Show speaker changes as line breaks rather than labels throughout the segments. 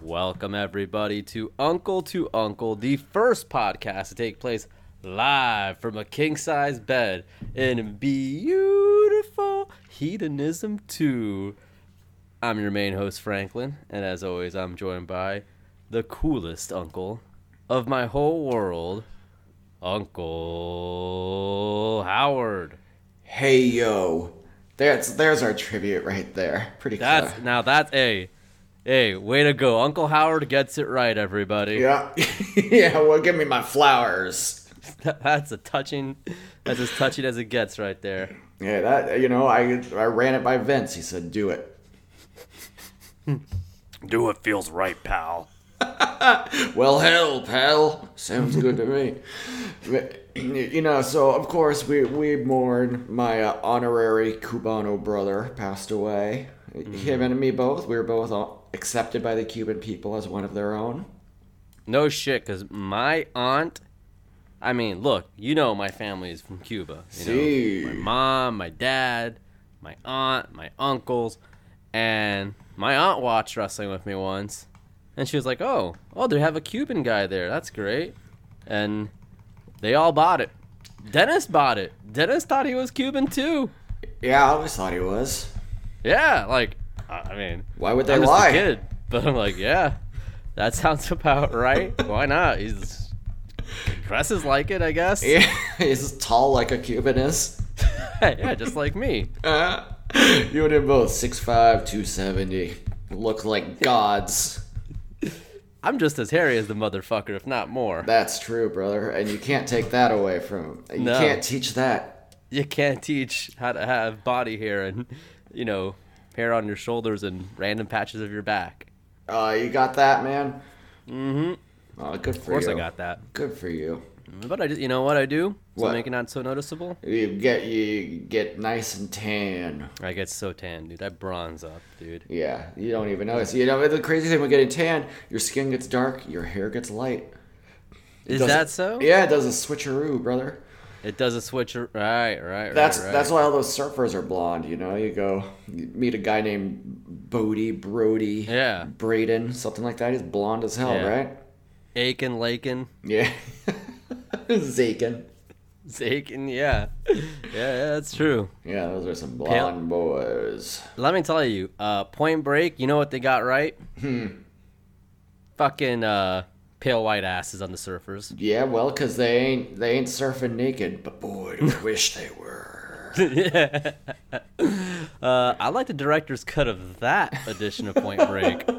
Welcome, everybody, to Uncle to Uncle, the first podcast to take place live from a king size bed in beautiful Hedonism 2. I'm your main host, Franklin, and as always, I'm joined by the coolest uncle of my whole world, Uncle Howard.
Hey yo, there's there's our tribute right there. Pretty
That's
clever.
now that's a hey, way to go. Uncle Howard gets it right, everybody.
yeah, yeah. Well, give me my flowers.
That's a touching that's as touching as it gets right there.
Yeah, that you know, I I ran it by Vince. He said, "Do it."
Do what feels right, pal.
Well, hell, pal. Sounds good to me. But, You know, so of course we we mourn my uh, honorary Cubano brother passed away.
Mm-hmm.
Him and me both. We were both uh, accepted by the Cuban people as one of their own.
No shit, cause my aunt I mean, look, you know my family is from Cuba. You
See.
know, my mom, my dad, my aunt, my uncles, and my aunt watched wrestling with me once, and she was like, "Oh, oh, they have a Cuban guy there. That's great," and they all bought it. Dennis bought it. Dennis thought he was Cuban too.
Yeah, I always thought he was.
Yeah, like I I mean,
Why would they
I'm just
lie?
a kid, but I'm like, yeah, that sounds about right. Why not? He's dresses like it, I guess. Yeah,
Yeah, he's tall like a Cuban is.
just like me.
you and him both 6'5", 270. Look like gods.
I'm just as hairy as the motherfucker, if not more.
That's true, brother. And you can't take that away from him. You
No.
can't teach that.
You can't teach how to have body hair and, you know, hair on your shoulders and random patches of your back.
Uh, you got that, man? Mm-hmm. Oh, good for
Of course,
you.
I got that.
Good for you.
But I just, you know what I do? So
What?
make it not so noticeable.
You get you get nice and tan.
I get so tan, dude. I bronze up, dude.
Yeah, you don't even notice. You know the crazy thing with getting tan, your skin gets dark, your hair gets light. It
Is
does-
that so?
Yeah, it does a switcheroo, brother.
It does a switch. Right, right, right.
That's
right.
that's why all those surfers are blonde. You know, you go you meet a guy named Bodie, Brody,
Yeah.
Braden, something like that. He's blonde as hell,
Yeah.
right?
Aiken, Laken,
Yeah, Zakin.
Zaken. Yeah, yeah, yeah. That's true.
Yeah, those are some blonde boys.
Let me tell you, uh, Point Break. You know what they got right? Hmm. Fucking uh, pale white asses on the surfers.
Yeah, well, 'cause they ain't they ain't surfing naked, but boy, do I wish they were.
yeah. Uh, I like the director's cut of that edition of Point Break.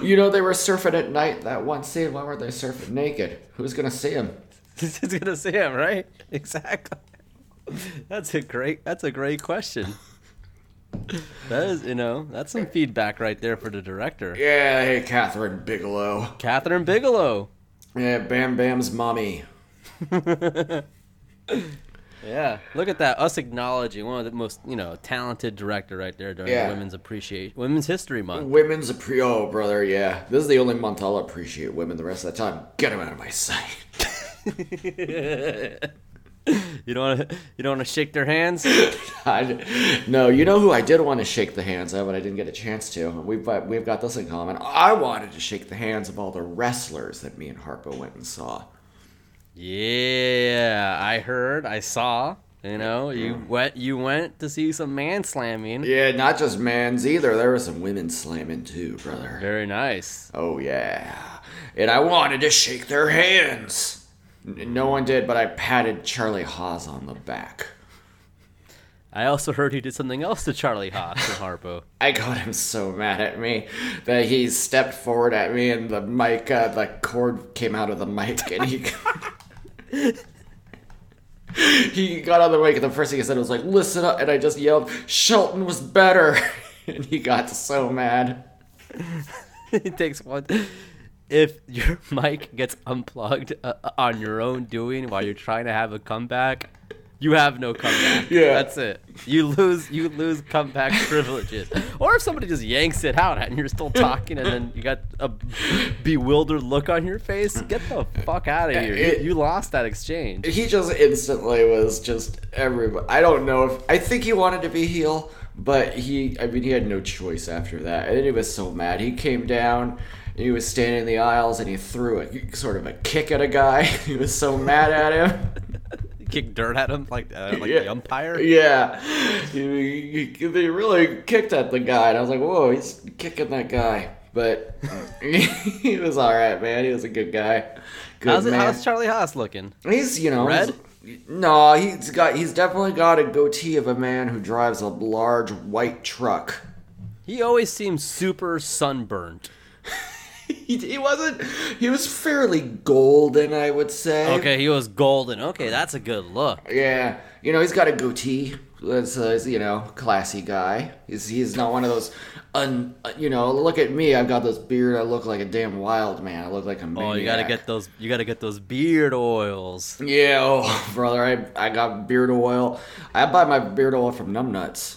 You know, they were surfing at night. That one scene. Why weren't they surfing naked? Who's gonna see them?
It's gonna see him, right? Exactly. That's a great. That's a great question. That is, you know, that's some feedback right there for the director.
Yeah, hey, Catherine Bigelow.
Catherine Bigelow.
Yeah, Bam Bam's mommy.
Yeah, look at that. Us acknowledging one of the most, you know, talented director right there during
Yeah.
the Women's Appreciation Women's History Month.
Women's appre oh brother, yeah. This is the only month I'll appreciate women. The rest of the time, get them out of my sight. Mm.
You don't want to, you don't want to shake their hands.
I- no, you know who I did want to shake the hands of, but I didn't get a chance to. We've got- we've got this in common. I wanted to shake the hands of all the wrestlers that me and Harpo went and saw.
Yeah, I heard, I saw. You know, you went, you went to see some man slamming.
Mm. Yeah, not just mans either. There was some women slamming too, brother.
Very nice.
Oh yeah, and I wanted to shake their hands. N- No one did, but I patted Charlie Haas on the back.
I also heard he did something else to Charlie Haas and Harpo.
I got him so mad at me that he stepped forward at me and the mic, uh, the cord came out of the mic and he. he got on the mic and the first thing he said was like, listen up. And I just yelled, Shelton was better. and he got so mad.
it takes one. If your mic gets unplugged uh, on your own doing while you're trying to have a comeback, you have no comeback.
Yeah.
that's it. You lose. You lose comeback privileges. Or if somebody just yanks it out and you're still talking, and then you got a bewildered look on your face, get the fuck out of here.
It-
You, you lost that exchange.
He just instantly was just everybody. I don't know if. I think he wanted to be heel, But he, I mean, he had no choice after that. And he was so mad. He came down, and he was standing in the aisles, and he threw a sort of a kick at a guy. he was so mad at him.
Kick dirt at him like uh, like the umpire.
Yeah, He- he- they really kicked at the guy, and I was like, "Whoa, he's kicking that guy!" But he was all right, man. He was a good guy. Good
How's, it,
man.
how's Charlie Haas looking?
He's you know
Red?
he's- no, he's got he's definitely got a goatee of a man who drives a large white truck.
He always seems super sunburned.
He, he wasn't. He was fairly golden, I would say.
Okay, he was golden. Okay, that's a good look.
Yeah, you know he's got a goatee. That's uh, you know classy guy. He's he's not one of those. Un, you know, look at me. I've got this beard. I look like a damn wild man. I look like a maniac.
Oh, you gotta get those. You gotta get those beard oils.
Yeah, oh, brother. I I got beard oil. I buy my beard oil from Numbnuts.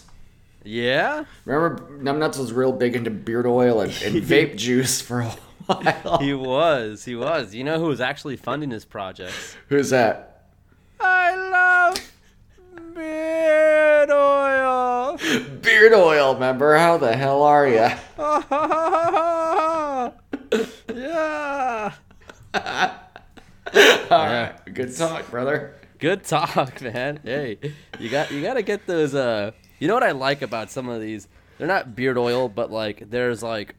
Yeah,
Remember, Numbnuts was real big into beard oil and, and vape juice for a while.
he was. He was. You know who was actually funding his projects?
Who's that?
I love beard oil.
Beard oil, member. How the hell are you?
yeah.
All right, good talk, brother.
Good talk, man. Hey, you got you got to get those. Uh, you know what I like about some of these? They're not beard oil, but like there's like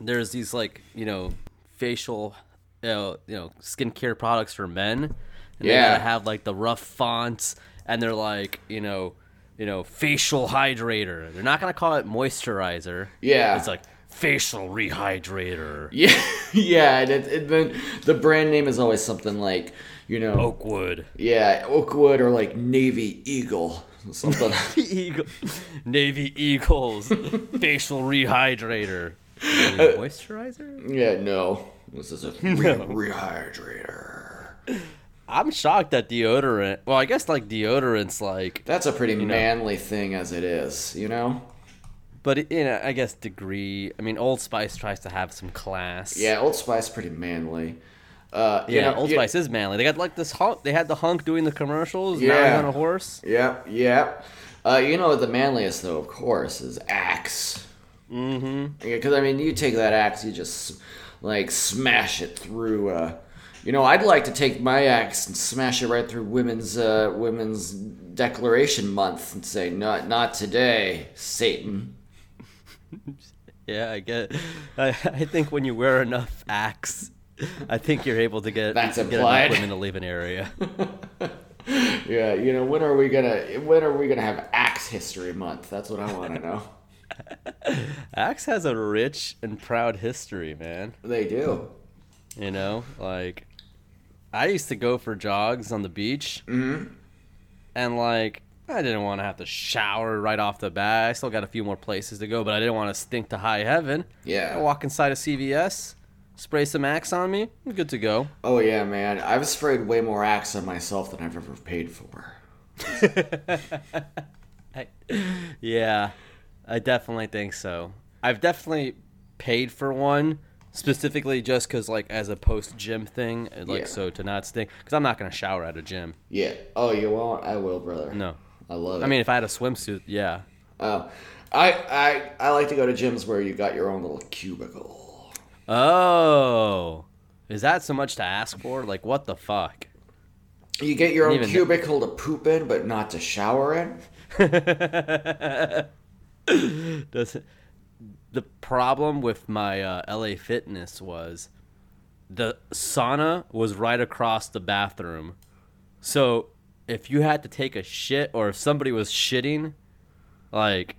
there's these like you know facial, you know, you know skincare products for men. And They
Yeah.
gotta have like the rough fonts, and they're like you know you know facial hydrator. They're not gonna call it moisturizer.
Yeah.
It's like facial rehydrator.
Yeah, yeah, and, it, and then the brand name is always something like you know,
Oakwood.
yeah, Oakwood or like Navy Eagle, something.
Eagle, Navy Eagles, facial rehydrator,
Uh,
Navy moisturizer.
yeah, no, this is a re- rehydrator.
I'm shocked that deodorant. Well, I guess like deodorant's like,
That's a pretty manly thing as it is, you know.
but it, you know, I guess degree. I mean, Old Spice tries to have some class.
Yeah, Old Spice pretty manly. Uh, you
Yeah,
know,
Old
you-
Spice is manly. They got like this hunk. They had the hunk doing the commercials. Yeah.
Yeah.
on a horse.
Yeah, yeah. Uh, you know the manliest though, of course, is axe. Mm-hmm. Yeah, because I mean, you take that axe, you just like smash it through. Uh, you know, I'd like to take my axe and smash it right through women's uh, women's declaration month and say, "Not, not today, Satan."
Yeah, I get. I, I think when you wear enough axe, I think you're able to get
That's
get
implied.
enough women to leave an area.
Yeah, you know, when are we gonna when are we gonna have axe history month? That's what I want to know.
axe has a rich and proud history, man.
they do.
You know, like I used to go for jogs on the beach,
Mm-hmm.
and like I didn't want to have to shower right off the bat. I still got a few more places to go, but I didn't want to stink to high heaven.
Yeah.
I walk inside a CVS, spray some Axe on me, I'm good to go.
Oh yeah, man. I've sprayed way more axe on myself than I've ever paid for.
Yeah, I definitely think so. I've definitely paid for one specifically just because like as a post gym thing, and, like
Yeah.
so to not stink because I'm not gonna shower at a gym.
Yeah. Oh, you won't? I will, brother.
No.
I love it.
I mean, if I had a swimsuit, yeah.
oh, I, I, I like to go to gyms where you got your own little cubicle.
Oh, is that so much to ask for? Like, what the fuck?
You get your own
Even-
cubicle to poop in, but not to shower in.
Does the problem with my uh, LA Fitness was the sauna was right across the bathroom, so if you had to take a shit or if somebody was shitting, like,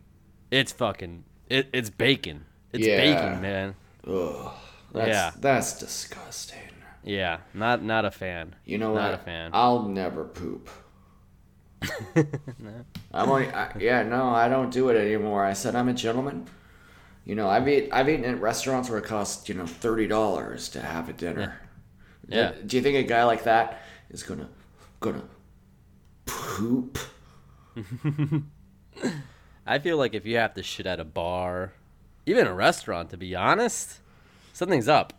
it's fucking it, it's bacon. It's
Yeah.
bacon, man.
Ugh. That's,
Yeah.
That's disgusting.
Yeah, not not a fan.
You know
Not
what?
a fan.
I'll never poop. I'm only. I, yeah, no, I don't do it anymore. I said I'm a gentleman. You know, I've eat, I've eaten at restaurants where it costs you know thirty dollars to have a dinner.
Yeah.
Do you think a guy like that is gonna gonna poop?
I feel like if you have to shit at a bar, even a restaurant, to be honest, something's up.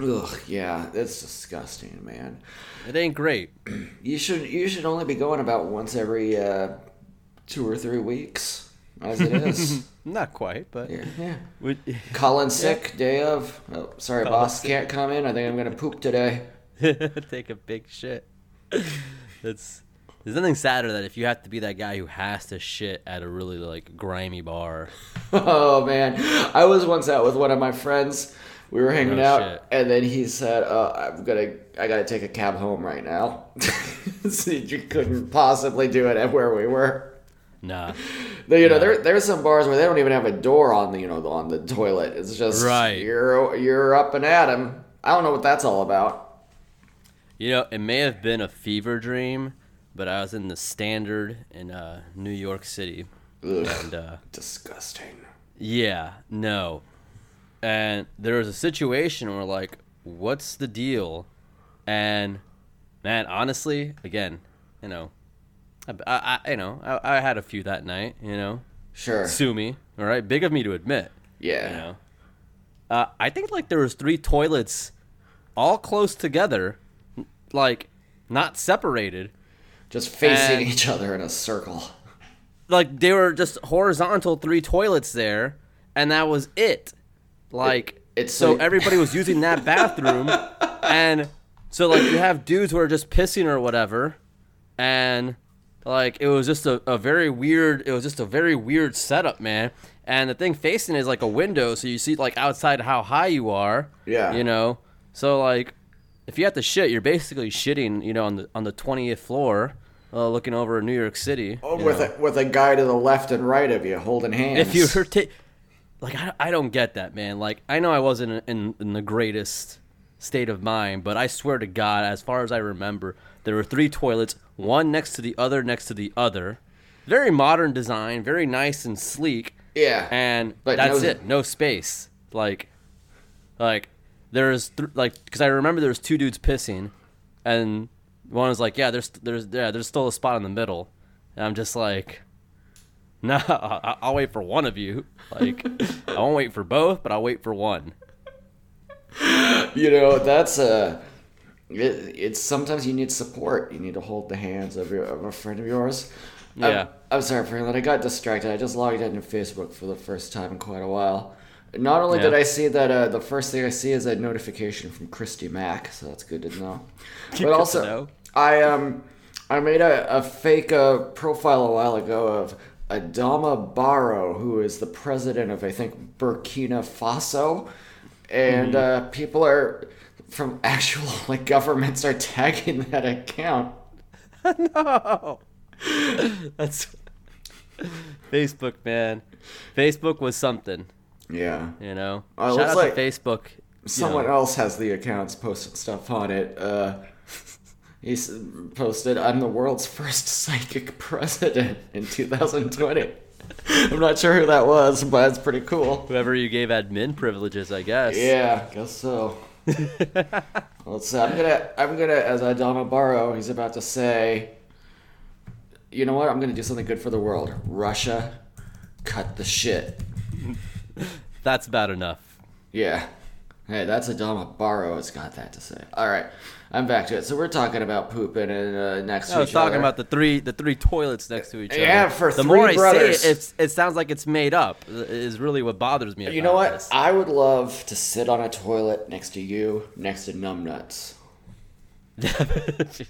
Ugh, yeah, that's disgusting, man.
It ain't great.
You should you should only be going about once every uh, two or three weeks. as it is.
Not quite, but
yeah, yeah.
would,
Colin sick, day of. Oh, sorry, boss, can't come in. I think I'm gonna poop today.
take a big shit. That's there's nothing sadder than if you have to be that guy who has to shit at a really like grimy bar.
Oh man, I was once out with one of my friends. We were hanging
Oh,
out,
shit.
and then he said, uh, "I'm gonna, I gotta take a cab home right now." so you couldn't possibly do it at where we were.
Nah.
They- You know, there there's some bars where they don't even have a door on the you know on the toilet. It's just
Right.
You're you're up and at 'em. I don't know what that's all about.
You know, it may have been a fever dream, but I was in the standard in uh, New York City.
Ugh,
And uh,
disgusting.
yeah, no. And there was a situation where, like, what's the deal? And, man, honestly, again, you know, I, I- I- you know, I, I had a few that night, you know.
Sure.
Sue me, all right? Big of me to admit.
yeah.
you know. Uh, I think like there was three toilets, all close together, n- like not separated.
Just facing
And-
each other in a circle.
Like they were just horizontal three toilets there, and that was it. Like
It- it's
so
so-
everybody was using that bathroom, and so like you have dudes who are just pissing or whatever, and like it was just a, a very weird it was just a very weird setup man and the thing facing is like a window so you see like outside how high you are
Yeah.
you know so like if you have to shit you're basically shitting you know on the on the 20th floor uh, looking over new york city
Oh,
you
with
know.
a, with a guy to the left and right of you holding hands.
if you were ta- like I, I don't get that man like i know i wasn't in, in the greatest state of mind but i swear to god as far as i remember there were three toilets one next to the other next to the other very modern design very nice and sleek
Yeah.
and
But
that's
no-
it no space like like there's th- like because i remember there was two dudes pissing and one was like yeah there's there's yeah there's still a spot in the middle and i'm just like nah I- i'll wait for one of you like i won't wait for both but i'll wait for one
you know that's a it, it's sometimes you need support you need to hold the hands of, your, of a friend of yours I'm-
Yeah.
I'm, sorry Franklin I got distracted I just logged into Facebook for the first time in quite a while not only did
Yeah.
I see that uh, the first thing I see is a notification from Christy Mack so that's good to know
Good
but
to
also
know.
I um I made a, a fake uh, profile a while ago of Adama Barrow, who is the president of I think Burkina Faso, and
Mm-hmm.
uh, people are from actual like governments are tagging that account. Oh.
no that's facebook man facebook was something
Yeah,
you know
Oh, it
shout
looks
out
like
to facebook you
someone
know.
else has the accounts posting stuff on it. Uh, he s- posted, "I'm the world's first psychic president in 2020." I'm not sure who that was, but it's pretty cool.
whoever you gave admin privileges i guess
Yeah, guess so. Let's see. I'm gonna I'm gonna as Adama Barrow, he's about to say you know what, I'm gonna do something good for the world. Russia, cut the shit.
that's about enough
Yeah. Hey, that's Adama Barrow has got that to say. Alright. I'm back to it. So we're talking about pooping and uh, next
I
to
was
each
talking
other.
about the three the three toilets next to each other.
Yeah, for
the
three
more I
brothers.
say it, it's, it sounds like it's made up. Is really what bothers me.
you
about
know what?
this.
I would love to sit on a toilet next to you, next to numbnuts.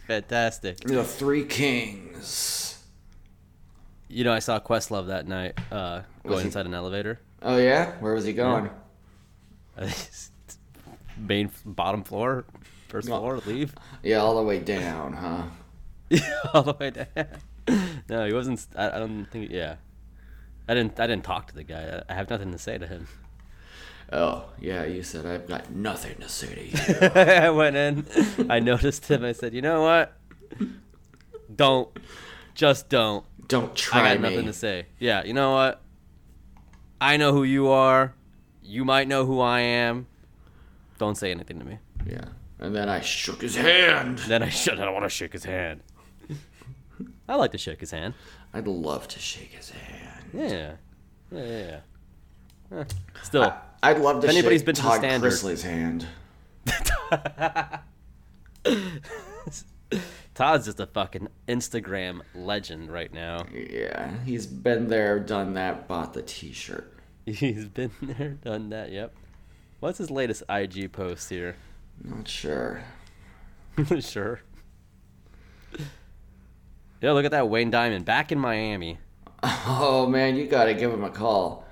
Fantastic.
The three kings.
You know, I saw Questlove that night uh,
he-
going inside an elevator.
Oh yeah? Where was he going?
Main f- bottom floor, first
No.
floor, leave
Yeah, all the way down, huh?
all the way down. No, he wasn't. I, I don't think. Yeah, I didn't. I didn't talk to the guy. I, I have nothing to say to him.
Oh, yeah, you said I've got nothing to say to you.
I went in. I noticed him. I said, "You know what? Don't, just don't.
Don't
I
try
got nothing
me.
to say. Yeah, you know what? I know who you are. You might know who I am. Don't say anything to me.
Yeah. And then I shook his hand.
Then I should. I don't want to shake his hand. I like to shake his hand.
I'd love to shake his hand.
Yeah, yeah, yeah. yeah. Huh. Still,
I'd love to
If anybody's
shake
been to the
Todd
standard-
Chrisley's hand.
Todd's just a fucking Instagram legend right now.
Yeah, he's been there, done that, bought the T-shirt.
He's been there, done that. Yep. What's his latest IG post here?
Not sure.
sure. Yeah, look at that Wayne Diamond back in Miami.
Oh man, you gotta give him a call.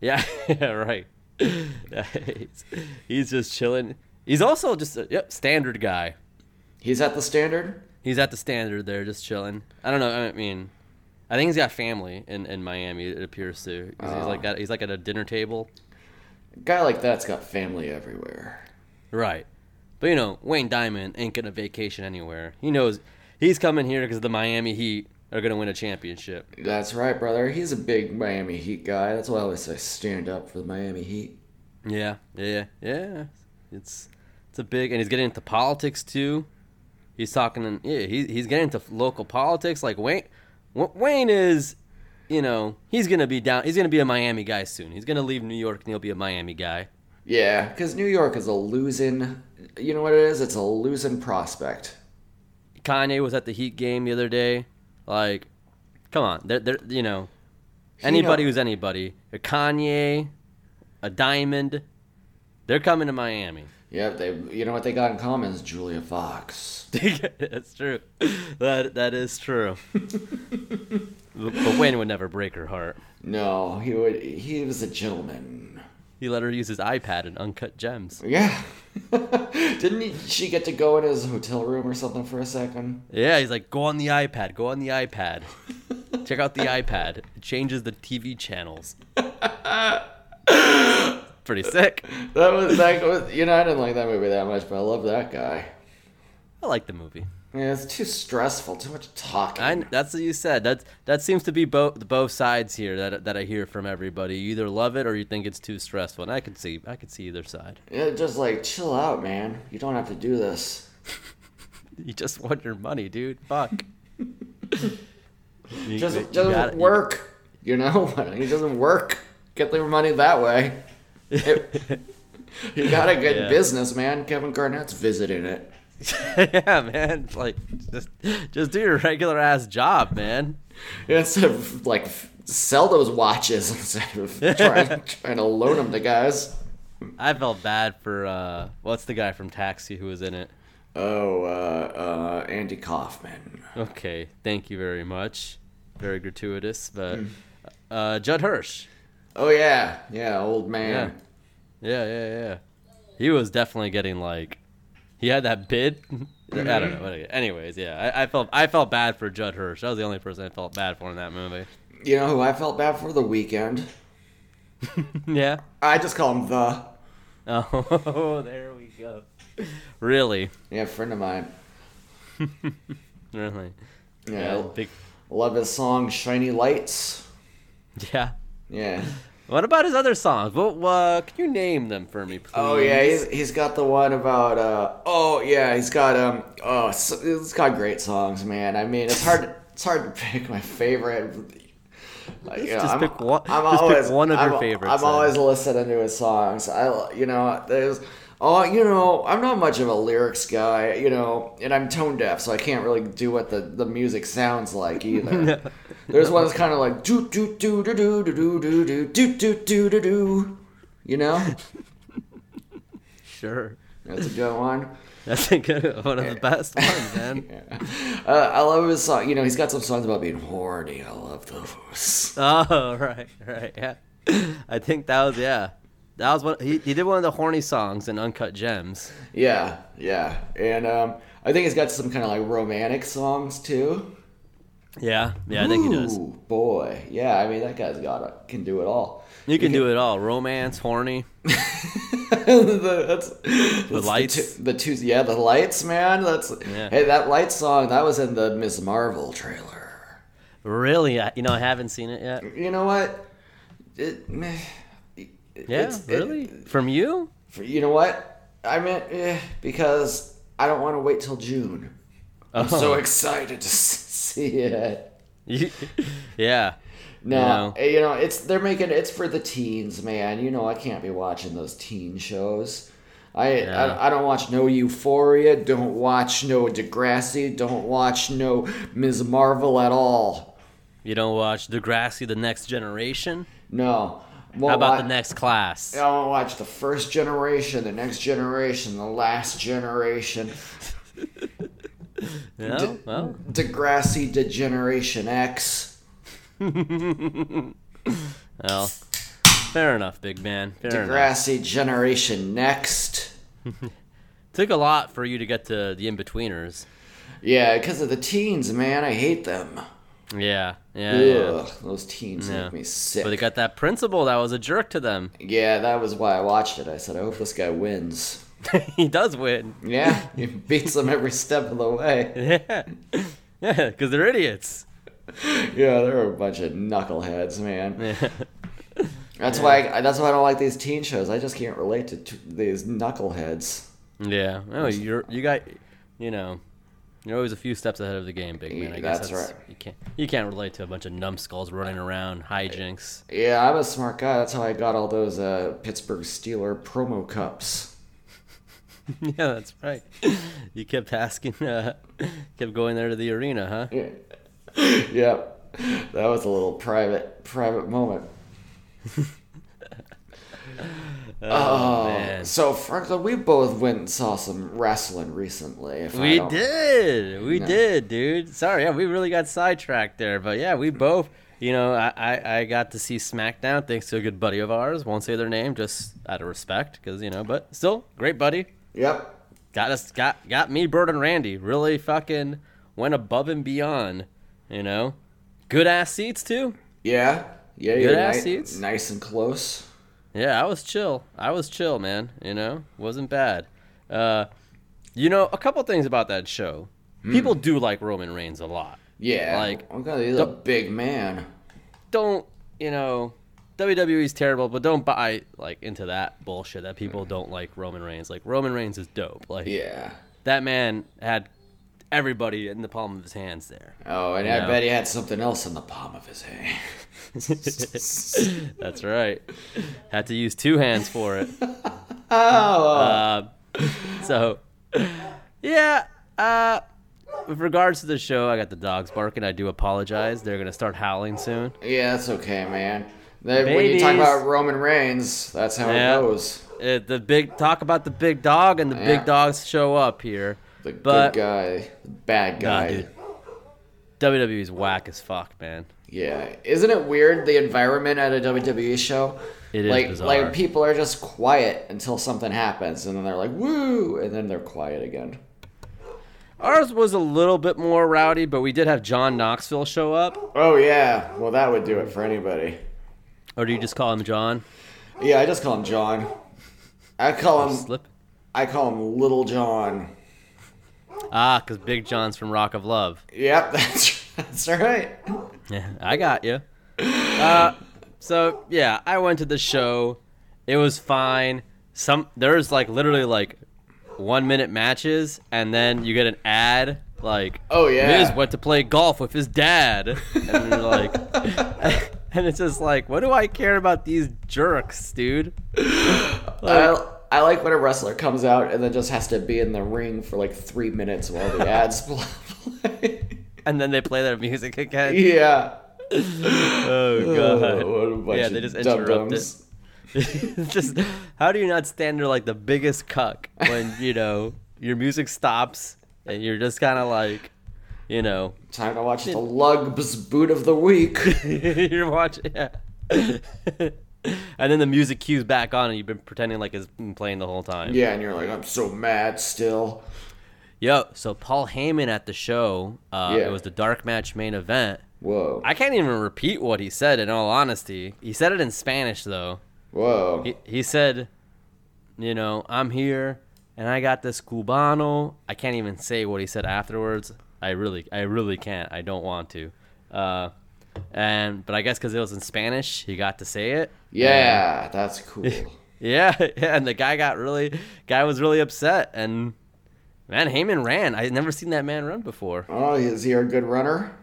Yeah, yeah, right. Yeah, he's, he's just chilling. He's also just a yep, standard guy.
He's at the standard.
He's at the standard there, just chilling. I don't know. I mean, I think he's got family in, in Miami. It appears to. 'cause He's like at, he's like at a dinner table.
A guy like that's got family everywhere.
Right. But you know, Wayne Diamond ain't gonna vacation anywhere. He knows he's coming here because the Miami Heat are gonna win a championship.
That's right, brother. He's a big Miami Heat guy. That's why I always say stand up for the Miami Heat.
Yeah, yeah, yeah. It's it's a big, and he's getting into politics too. He's talking, yeah, he, he's getting into local politics. Like Wayne, Wa- Wayne is, you know, he's gonna be down. He's gonna be a Miami guy soon. He's gonna leave New York and he'll be a Miami guy.
Yeah, because New York is a losing. You know what it is? It's a losing prospect.
Kanye was at the Heat game the other day. Like, come on, they're, they're you know,
He
anybody
know-
who's anybody, a Kanye, a Diamond, they're coming to Miami.
Yep, they. You know what they got in common is Julia Fox.
That's true. That that is true. but Wayne would never break her heart.
No, he would. He was a gentleman.
He let her use his iPad and uncut gems.
Yeah. Didn't he, she get to go in his hotel room or something for a second?
Yeah, he's like, go on the iPad, go on the iPad. Check out the iPad. It changes the TV channels. Pretty sick.
That was that was. You know, I didn't like that movie that much, but I love that guy.
I like the movie.
Yeah, it's too stressful. Too much talking.
I, that's what you said. That that seems to be both both sides here that that I hear from everybody. You either love it or you think it's too stressful. And I can see I can see either side.
Yeah, just like chill out, man. You don't have to do this.
You just want your money, dude. Fuck. You-
Just
you
just
gotta- you-
work. You know, Why don't you just work. Get their money that way. It- you got a good
Yeah.
business, man. Kevin Garnett's visiting it.
yeah, man. Like just just do your regular ass job, man.
Instead of like f- sell those watches instead of trying, trying to loan them to guys.
I felt bad for uh what's the guy from Taxi who was in it?
Oh, uh, uh, Andy Kaufman.
Okay, thank you very much. Very gratuitous, but
Hmm.
uh Judd Hirsch.
Oh yeah, yeah, old man.
Yeah, yeah, yeah. He was definitely getting like, he had that bid. I don't know.
Hmm.
Anyways, yeah, I, I felt I felt bad for Judd Hirsch. That was the only person I felt bad for in that movie.
You know who I felt bad for the weekend?
yeah.
I just call him the.
Oh, there we go. Really,
Yeah, friend of mine.
really.
Yeah,
big.
love his song "Shiny Lights."
Yeah.
Yeah.
What about his other songs? What? Uh, can you name them for me, please?
Oh yeah, he's, he's got the one about uh oh yeah, he's got um oh s it's got great songs, man. I mean, it's hard it's hard to pick my favorite. Like, you know,
just
I'm,
pick one-
I'm
just pick
always,
one of your
I'm-
favorites,
I'm
then.
always listening to his songs. I you know there's oh you know I'm not much of a lyrics guy, you know, and I'm tone deaf, so I can't really do what the the music sounds like either. There's one that's kind of like do do do do do do do do do do do do do do, you know.
Sure.
That's a good one.
That's a good, one of the best ones, man.
Uh, I love his song. You know, he's got some songs about being horny. I love those.
Oh right, right, yeah. I think that was yeah. That was one. He, he did one of the horny songs in Uncut Gems.
Yeah, yeah. And um, I think he's got some kind of like romantic songs too.
Yeah, yeah, I think he does.
Ooh, boy. Yeah, I mean that guy's got a, can do it all.
You can do it all: romance, horny.
the, that's, that's
lights.
The two, the two, yeah, the lights, man. That's
Yeah.
hey, that light song that was in the Ms. Marvel trailer.
Really, I, you know, I haven't seen it yet.
You know what? It, meh, it-
Yeah,
it's- it-
really, from you?
For- you know what? I meant eh, because I don't want to wait till June. I'm so
Uh-huh.
excited to s- see it.
You- yeah,
No,
No.
eh, you know it's they're making it's for the teens, man. You know I can't be watching those teen shows. I, I I don't watch no Euphoria. Don't watch no Degrassi. Don't watch no Ms. Marvel at all.
You don't watch Degrassi, The Next Generation.
No. Won't
How about
wa-
the next class?
I want to watch the first generation, the next generation, the last generation.
No, Oh, well,
Degrassi Degeneration X.
well, fair enough, big man. Fair enough.
Degrassi Generation Next.
Took a lot for you to get to the in betweeners.
Yeah, because of the teens, man. I hate them.
Yeah, yeah, Uh, yeah.
Ugh, those teens make me sick.
But they got that principal that was a jerk to them.
yeah, that was why I watched it. I said, I hope this guy wins.
he does win.
Yeah, he beats them every step of the way.
Yeah, yeah, because they're idiots.
Yeah, they're a bunch of knuckleheads, man. That's why. I, that's why I don't like these teen shows. I just can't relate to t- these knuckleheads.
Yeah. Oh, you're you got, you know, you're always a few steps ahead of the game, big man. I guess
That's
that's,
right.
You can't you can't relate to a bunch of numbskulls running around hijinks.
Yeah, I'm a smart guy. That's how I got all those uh, Pittsburgh Steeler promo cups.
yeah, that's right. You kept asking, uh, kept going there to the arena, huh?
Yeah. yep. That was a little private private moment. oh,
man.
so Franklin, we both went and saw some wrestling recently. If I
We
don't-
did, we
No.
did, dude. Sorry, yeah, we really got sidetracked there, but yeah, we both. You know, I, I, I got to see SmackDown thanks to a good buddy of ours. Won't say their name, just out of respect, because you know. But still, great buddy,
Yep.
got us got got me Bird and Randy really fucking went above and beyond, you know. Good ass seats too.
Yeah. Yeah.
Good
you're
ass
ni-
seats.
Nice and close.
Yeah, I was chill. I was chill, man, you know. Wasn't bad. Uh you know, a couple things about that show. People do like Roman Reigns a lot.
Yeah.
Like,
oh god, he's a big man.
Don't, you know, WWE's terrible, but don't buy like into that bullshit that people don't like Roman Reigns. Like Roman Reigns is dope. Like
Yeah.
that man had everybody in the palm of his hands there.
Oh, and I
know.
bet he had something else in the palm of his hand.
That's right. Had to use two hands for it. Uh,
oh.
So, yeah. Uh, with regards to the show, I got the dogs barking. I do apologize. They're gonna start howling soon.
Yeah, that's okay, man. That, when you talk
Babies.
about Roman Reigns, that's how
Yeah.
it goes.
Uh, the big talk about the big dog, and the
Yeah.
big dogs show up here. Uh,
The
But-
good guy, the bad
Nah,
guy.
dude. WWE's E whack as fuck, man.
yeah, isn't it weird the environment at a WWE show?
It is
like
bizarre.
like people are just quiet until something happens, and then they're like woo, and then they're quiet again.
Ours was a little bit more rowdy, but we did have John Knoxville show up.
Oh yeah, well that would do it for anybody.
Or do you just call him John?
Yeah, I just call him John. I call him
Slip.
I call him Little John.
Ah, because Big John's from Rock of Love.
Yep, that's that's right.
Yeah, I got you. Uh, so yeah, I went to the show. It was fine. Some there's like literally like one minute matches, and then you get an ad like,
Oh, yeah.
Miz went to play golf with his dad," and you're like, and it's just like, what do I care about these jerks, dude?
I, I like when a wrestler comes out and then just has to be in the ring for like three minutes while the ads play.
And then they play their music again.
yeah.
Oh god.
what a bunch
Yeah, they
of
just interrupt
dum-dums.
just how do you not stand there like the biggest cuck when you know your music stops and you're just kind of like you know
Time to watch the Lugs Boot of the Week.
you're watching yeah. and then the music cues back on and you've been pretending like it's been playing the whole time
yeah, and you're like, I'm so mad still.
yo so paul heyman at the show uh,
Yeah.
it was the dark match main event
Whoa.
i can't even repeat what he said in all honesty he said it in spanish though
Whoa.
He- he said, you know, I'm here and I got this cubano. I can't even say what he said afterwards. I really, I really can't. I don't want to. Uh, and but I guess because it was in Spanish, he got to say it.
yeah, that's cool.
Yeah, yeah. And the guy got really, guy was really upset. And man, Heyman ran. I had never seen that man run before.
oh, is he a good runner?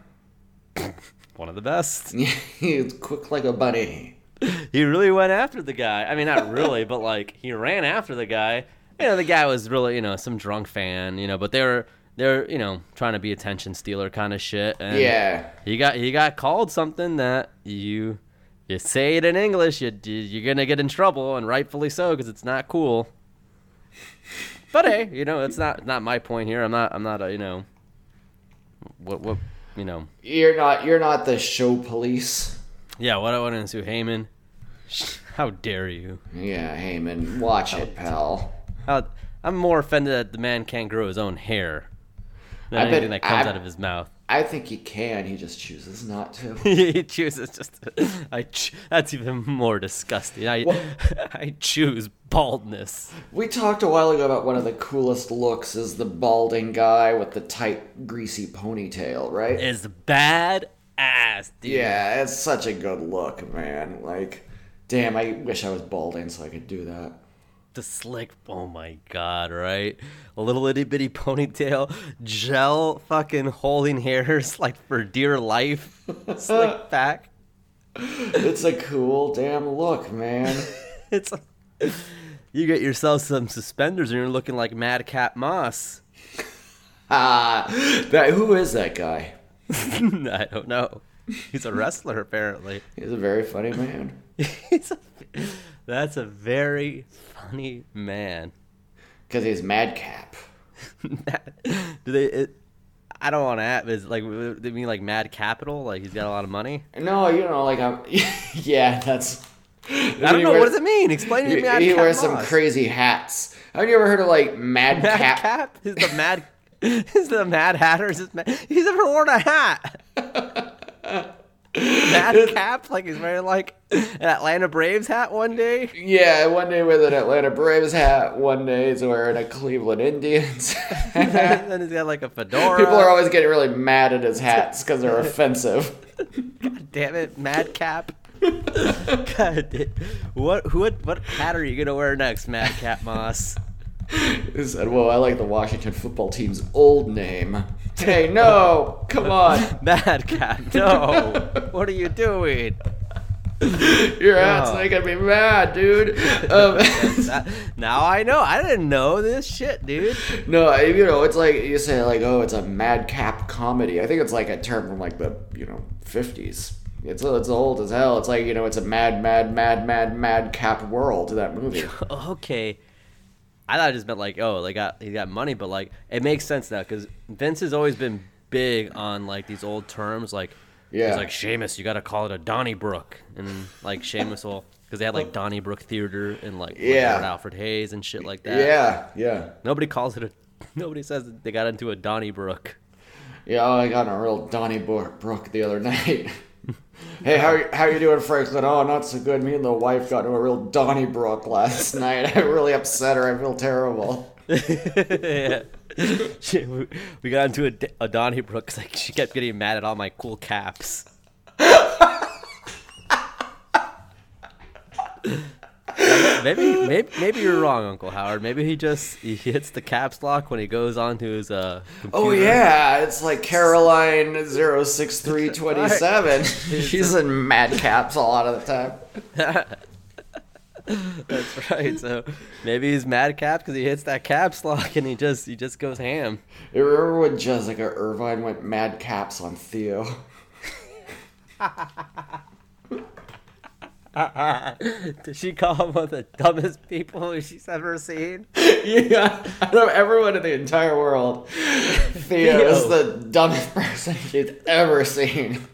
One of the best.
He's quick like a bunny.
He really went after the guy. I mean, not really, but like he ran after the guy. you know, the guy was really, you know, some drunk fan, you know, but they were they're, you know, trying to be attention stealer kind of shit. And
yeah.
He got he got called something that you you say it in English, you you're gonna get in trouble, and rightfully so, because it's not cool. But hey, you know, it's not not my point here. I'm not I'm not a you know. What what you know?
You're not you're not the show police.
Yeah, what I want to sue Heyman. How dare you?
Yeah, Heyman, watch it, pal.
How, I'm more offended that the man can't grow his own hair than
I bet-
anything that comes
I-
out of his mouth.
I think he can. He just chooses not to.
he chooses just. I. Ch- that's even more disgusting. I. I choose baldness.
We talked a while ago about one of the coolest looks is the balding guy with the tight, greasy ponytail, right?
Is bad ass, dude.
yeah, it's such a good look, man. Like, damn, I wish I was balding so I could do that.
The slick. Oh my god! Right, a little itty bitty ponytail, gel fucking holding hairs like for dear life, slick back.
It's a cool damn look, man.
It's. You get yourself some suspenders and you're looking like Madcap Moss.
Ah, that who is that guy?
I don't know. He's a wrestler apparently.
He's a very funny man.
He's a, that's a very funny man.
Cause he's madcap.
Do they? It, I don't want to add. Is like they mean like mad capital? Like he's got a lot of money.
No, you know, like I'm. yeah, that's.
I don't know. What does it mean? Explain it to me. Mad
He
Cap
wears some
Moss.
crazy hats. Have you ever heard of like madcap?
Mad cap is the mad. Is the Mad Hatter? Is this mad, he's never worn a hat. mad cap, like he's wearing like an Atlanta Braves hat one day.
Yeah, one day with an Atlanta Braves hat, one day he's wearing a Cleveland Indians. hat.
and then he's got like a fedora.
People are always getting really mad at his hats because they're offensive.
Damn it, Madcap. God, da- what what what hat are you gonna wear next, Madcap Moss?
He said, "Whoa, I like the Washington football team's old name." Hey, no, come on,
Madcap, no! What are you doing?
your hat's
Oh.
making me mad, dude. Um,
That- Uh, now I know. I didn't know this shit, dude.
no, I- you know, it's like you say, like, "Oh, it's a madcap comedy." I think it's like a term from like the you know fifties. It's it's old as hell. It's like you know, it's a mad, mad, mad, mad, madcap world. That movie.
Okay. I thought it just meant like, oh, they got he got money, but like it makes sense now because Vince has always been big on like these old terms, like
Yeah.
He's like Seamus, you gotta call it a Donnybrook, and like Seamus will because they had like Donnybrook Theater and like whatever,
Yeah.
and Alfred Hayes and shit like that.
Yeah, yeah.
Nobody calls it a. Nobody says that they got into a Donnybrook.
Yeah, oh, I got in a real Donny Brook the other night. hey, how you- how you doing, Franklin? Oh, not so good. Me and the wife got into a real Donny Brook last night. I really upset her. I feel terrible.
Yeah. Shit, we, we got into a, D- a Donnybrook 'cause, like she kept getting mad at all my cool caps. maybe, maybe maybe you're wrong, Uncle Howard. Maybe he just he hits the caps lock when he goes onto his uh. Computer.
Oh yeah, it's like Caroline 06327. She's in mad caps a lot of the time.
That's right. So maybe he's mad cap because he hits that caps lock and he just he just goes ham.
You remember when Jessica Irvine went mad caps on Theo?
Did she call him one of the dumbest people she's ever seen?
yeah, out of everyone in the entire world, Theo is
Theo.
the dumbest person she's ever seen.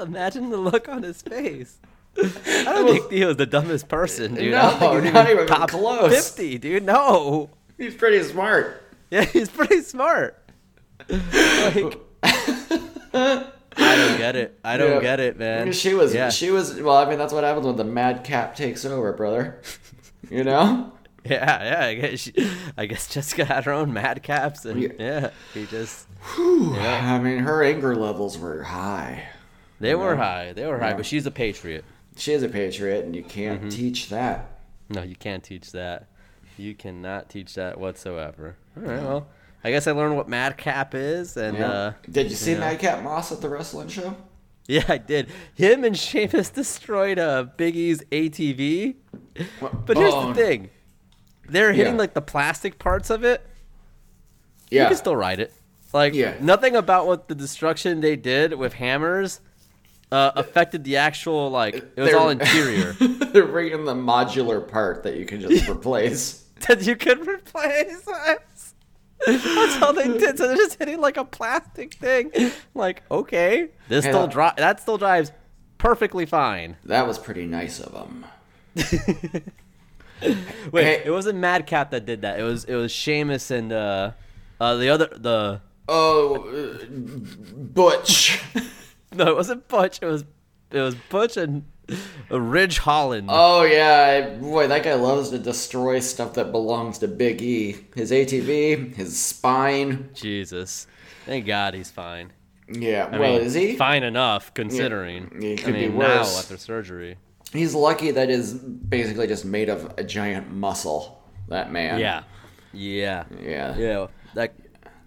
Imagine the look on his face. I don't think Theo's the dumbest person, dude. I don't
No,
think he's
not even
top
close.
50, dude. No.
He's pretty smart.
Yeah, he's pretty smart. Like, I don't get it. I don't
Yeah.
get it, man.
She was.
Yeah.
She was. Well, I mean, that's what happens when the mad cap takes over, brother. You know.
Yeah, yeah. I guess, she, I guess Jessica had her own madcaps, and
Yeah.
yeah, he just
I mean, her anger levels were high.
they were high. They were high, but she's a patriot.
She is a patriot, and you can't
Mm-hmm.
teach that.
No, you can't teach that. You cannot teach that whatsoever. All right, well, I guess I learned what madcap is, and
Yeah.
uh,
Did you see
yeah.
Madcap Moss at the wrestling show?
yeah, I did. Him and Sheamus destroyed uh, Biggie's ATV. But here's
Oh.
the thing: they're hitting
Yeah.
like the plastic parts of it. You
Yeah.
can still ride it. Like
Yeah.
nothing about what the destruction they did with hammers uh, affected the actual like it was
They're-
all interior
They're bringing the modular part that you can just replace.
that you could replace. us. That's all they did. So they're just hitting like a plastic thing. Like okay, this
Hey,
still
look.
dri- that still drives perfectly fine.
That was pretty nice of them.
Wait,
Hey.
it wasn't Madcap that did that. It was it was Seamus and uh, uh the other the
Oh, uh, Butch.
no, it wasn't Butch. It was it was Butch and uh, Ridge Holland.
Oh yeah, I- boy, that guy loves to destroy stuff that belongs to Big E. His ATV, his spine.
Jesus, thank God he's fine.
Yeah,
I
well,
mean,
is he?
fine enough considering?
Yeah, it
I
could be
mean,
worse.
now after surgery.
He's lucky that is basically just made of a giant muscle. That man.
Yeah, yeah,
Yeah.
yeah. That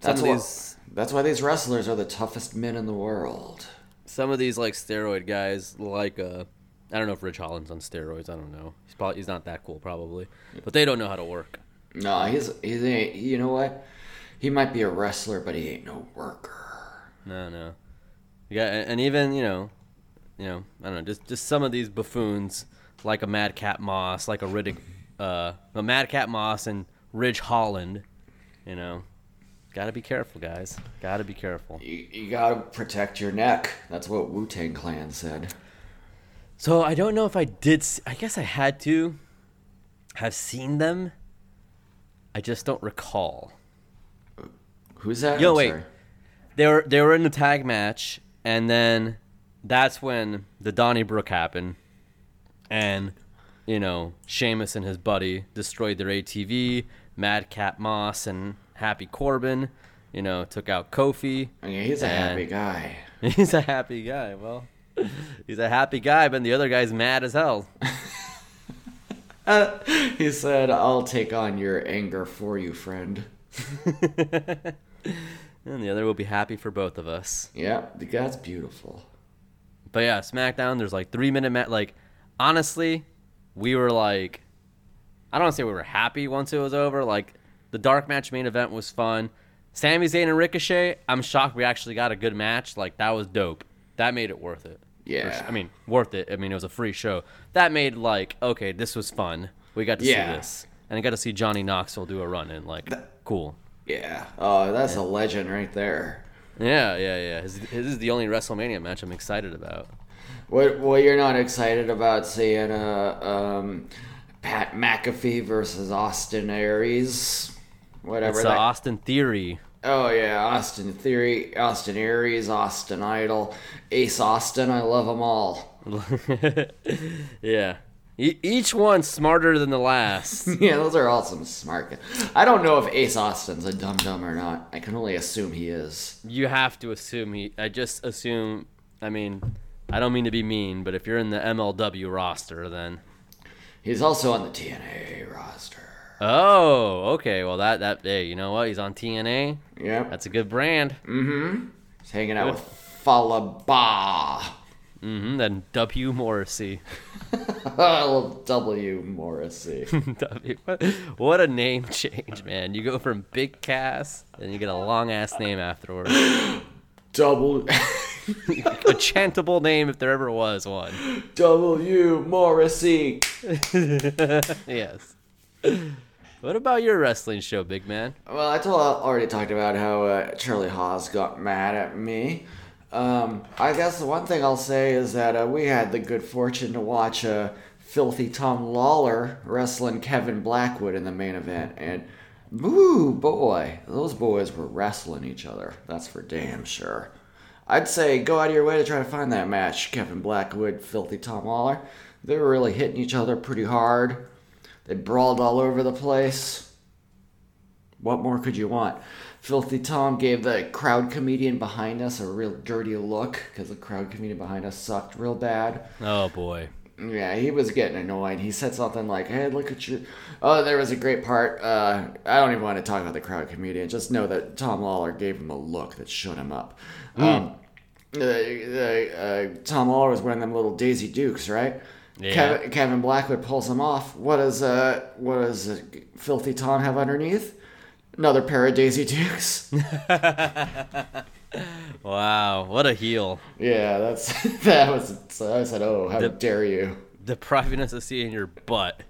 some
That's
of
why,
these
that's why these wrestlers are the toughest men in the world.
some of these like steroid guys like uh. I don't know if Ridge Holland's on steroids. I don't know. He's probably he's not that cool, probably. But they don't know how to work.
No, he's he's ain't. You know what? He might be a wrestler, but he ain't no worker.
No, no. Yeah, a- and even you know, you know, I don't know, just just some of these buffoons like a Madcap Moss, like a Riddick, uh, a Madcap Moss and Ridge Holland. You know, gotta be careful, guys. Gotta be careful.
You, you gotta protect your neck. That's what Wu Tang Clan said.
So I don't know if I did. s- I guess I had to have seen them. I just don't recall.
Who's that?
Yo,
I'm
wait.
sorry.
They were they were in the tag match, and then that's when the Donnybrook happened, and you know Sheamus and his buddy destroyed their ATV. Madcap Moss and Happy Corbin, you know, took out Kofi.
Yeah, he's a
And-
happy guy.
He's a happy guy. Well, he's a happy guy, but the other guy's mad as hell.
He said, "I'll take on your anger for you, friend."
And the other will be happy for both of us.
Yeah, the guy's beautiful.
But yeah, SmackDown, there's like three minute match. Like, honestly, we were like, I don't want to say we were happy once it was over. Like, the dark match main event was fun. Sami Zayn and Ricochet, I'm shocked we actually got a good match. Like, that was dope. That made it worth it. For
Yeah.
su- I mean, worth it. I mean, it was a free show. That made like, okay, this was fun. We got to see
Yeah.
this. And I got to see Johnny Knoxville do a run in. Like, cool.
Yeah. Oh, that's a legend right there.
Yeah, yeah, yeah. His, his is the only WrestleMania match I'm excited about.
What? Well, you're not excited about seeing uh, um, Pat McAfee versus Austin Aries, whatever.
It's the
that-
Austin Theory.
oh yeah, Austin Theory, Austin Aries, Austin Idol, Ace Austin. I love them all.
yeah. E- each one smarter than the last.
yeah, those are all some smart. guys. I don't know if Ace Austin's a dum dum or not. I can only assume he is.
you have to assume he. I just assume. I mean, I don't mean to be mean, but if you're in the MLW roster, then
He's also on the TNA roster.
oh, okay. Well, that that hey, you know what? He's on TNA.
Yep.
That's a good brand.
He's hanging out with Falaba.
Mm-hmm, then W Morrissey.
W. Morrissey.
w, what, what a name change, man! You go from Big Cass, and you get a long ass name afterwards.
Double
a chantable name if there ever was one.
W. Morrissey.
Yes. What about your wrestling show, big man?
Well, I told, I already talked about how uh, Charlie Hawes got mad at me. Um, I guess the one thing I'll say is that uh, we had the good fortune to watch uh, filthy Tom Lawler wrestling Kevin Blackwood in the main event, and boo boy, those boys were wrestling each other. That's for damn sure. I'd say go out of your way to try to find that match, Kevin Blackwood, filthy Tom Lawler. They were really hitting each other pretty hard. They brawled all over the place. What more could you want? Filthy Tom gave the crowd comedian behind us a real dirty look because the crowd comedian behind us sucked real bad.
Oh boy.
Yeah, he was getting annoyed. He said something like, "Hey, look at you!" Oh, there was a great part. Uh, I don't even want to talk about the crowd comedian. Just know that Tom Lawler gave him a look that shut him up. Um, uh, uh, uh, Tom Lawler was wearing them little Daisy Dukes, right?
Yeah.
Kevin, Kevin Blackwood pulls him off. What does uh, what does uh, Filthy Tom have underneath? Another pair of Daisy Dukes.
Wow, what a heel.
yeah, that's that was. So I said, "Oh, how dare you!"
Depriving us of seeing your butt.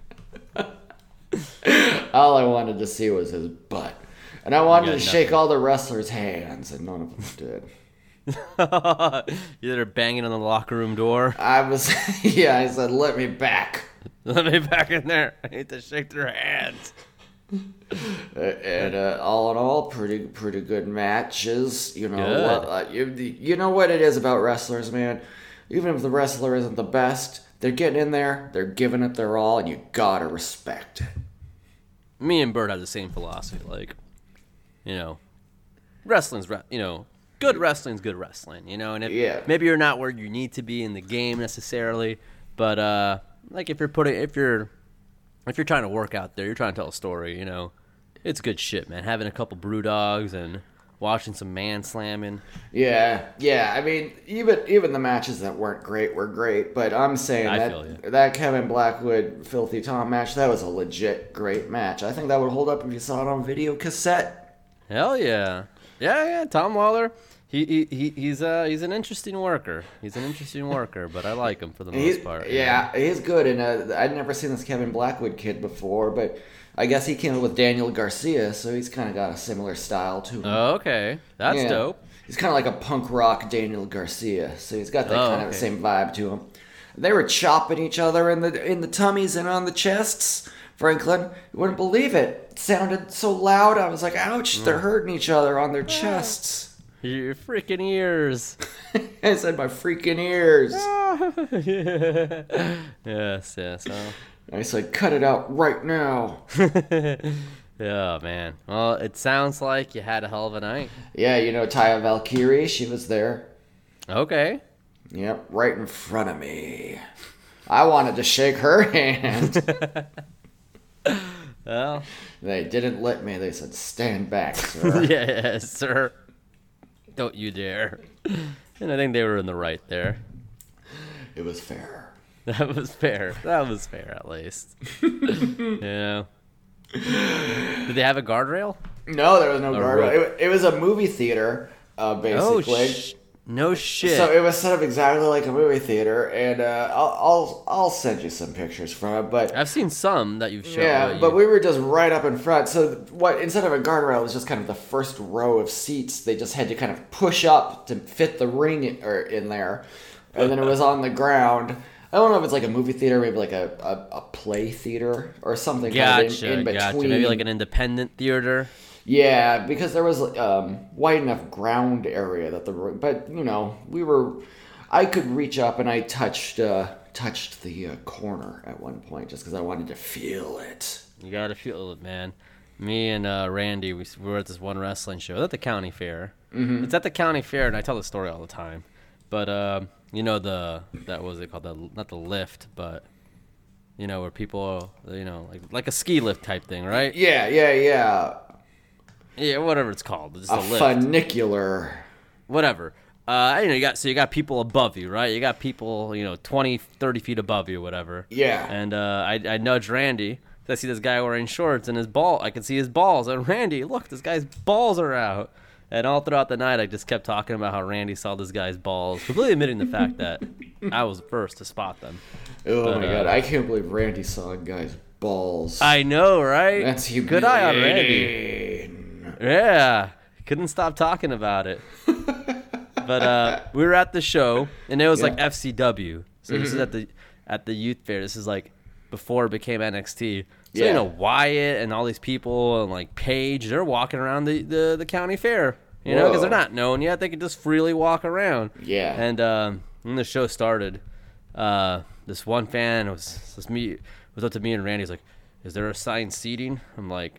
All I wanted to see was his butt, and I wanted
got
to shake all the wrestlers' hands, and none of them did.
You're banging on the locker room door.
I was, yeah, I said, "Let me back,"
Let me back in there. I need to shake their hands.
Uh, and uh, all in all, pretty pretty good matches. You know,
Good.
uh, you, you know what it is about wrestlers, man. Even if the wrestler isn't the best, they're getting in there, they're giving it their all, and you gotta respect it.
Me and Bird have the same philosophy. Like, you know, wrestling's, re- you know, good wrestling's good wrestling, you know? And if
Yeah.
maybe you're not where you need to be in the game necessarily, but, uh, like if you're putting, if you're, if you're trying to work out there, you're trying to tell a story, you know, it's good shit, man. Having a couple brew dogs and watching some man slamming.
Yeah, yeah. I mean, even even the matches that weren't great were great, but I'm saying
I feel
that
ya.
that Kevin Blackwood Filthy Tom match that was a legit great match. I think that would hold up if you saw it on video cassette.
Hell yeah, yeah, yeah. Tom Waller, he, he, he he's uh he's an interesting worker. He's an interesting worker, but I like him for the most
He's,
part.
yeah, he's good, and uh, I'd never seen this Kevin Blackwood kid before, but I guess he came up with Daniel Garcia, so he's kind of got a similar style to him.
Okay, that's
Yeah.
dope.
He's kind of like a punk rock Daniel Garcia, so he's got that
Oh,
kind of
okay.
same vibe to him. They were chopping each other in the in the tummies and on the chests. Franklin, you wouldn't believe it. It sounded so loud. I was like, "Ouch!" They're
Mm.
hurting each other on their chests.
Your freaking ears.
I said, "My freaking ears!"
yes, yes. Oh.
I said, "Cut it out right now."
oh man. Well, it sounds like you had a hell of a night.
yeah, you know Taya Valkyrie. She was there.
Okay.
Yep, right in front of me. I wanted to shake her hand.
Well,
They didn't let me. They said, "Stand back, sir."
yes, sir. Don't you dare. And I think they were in the right there.
it was fair.
That was fair. That was fair, at least. yeah. Did they have a guardrail?
No, there was no guardrail.
rope.
It, wa- it was a movie theater, uh,
Oh,
basically.
sh- no shit.
so it was set up exactly like a movie theater, and uh, I'll, I'll I'll send you some pictures from it. But
I've seen some that you've shown.
yeah,
that
but
you-
we were just right up in front. So th- what instead of a guardrail, it was just kind of the first row of seats. They just had to kind of push up to fit the ring in, or in there, and then it was on the ground. I don't know if it's like a movie theater, maybe like a, a, a play theater or something kind of
gotcha,
in, in between.
gotcha. Maybe like an independent theater.
Yeah, because there was um, wide enough ground area that the but you know we were, I could reach up and I touched uh, touched the uh, corner at one point just because I wanted to feel it.
You gotta feel it, man. Me and uh, Randy, we, s- we were at this one wrestling show at the county fair. Mm-hmm. It's at the county fair, and I tell the story all the time. But um, you know the that what was it called the not the lift, but you know where people you know like like a ski lift type thing, right?
Yeah, yeah, yeah.
Yeah, whatever it's called. It's just a,
A
lift.
funicular.
Whatever. Uh, you know, you got so you got people above you, right? You got people, you know, 20, 30 feet above you, whatever.
Yeah.
And uh, I, I nudge Randy. 'cause I see this guy wearing shorts and his ball. I can see his balls. And Randy, look, this guy's balls are out. And all throughout the night, I just kept talking about how Randy saw this guy's balls, completely admitting the fact that I was the first to spot them.
Oh my
uh,
god, I can't believe Randy saw a guy's balls.
I know, right?
That's humiliating.
Good eye on Randy. Yeah, couldn't stop talking about it. but uh, we were at the show, and it was like
Yeah. Mm-hmm.
FCW. So this is at the at the youth fair. This is like before it became NXT. So
Yeah.
you know Wyatt and all these people and like Paige, they're walking around the the, the county fair. You know, because they're
Whoa.
not known yet. They can just freely walk around.
Yeah.
And um, when the show started, uh, this one fan was this me was up to me and Randy. He's like, "Is there assigned seating?" I'm like,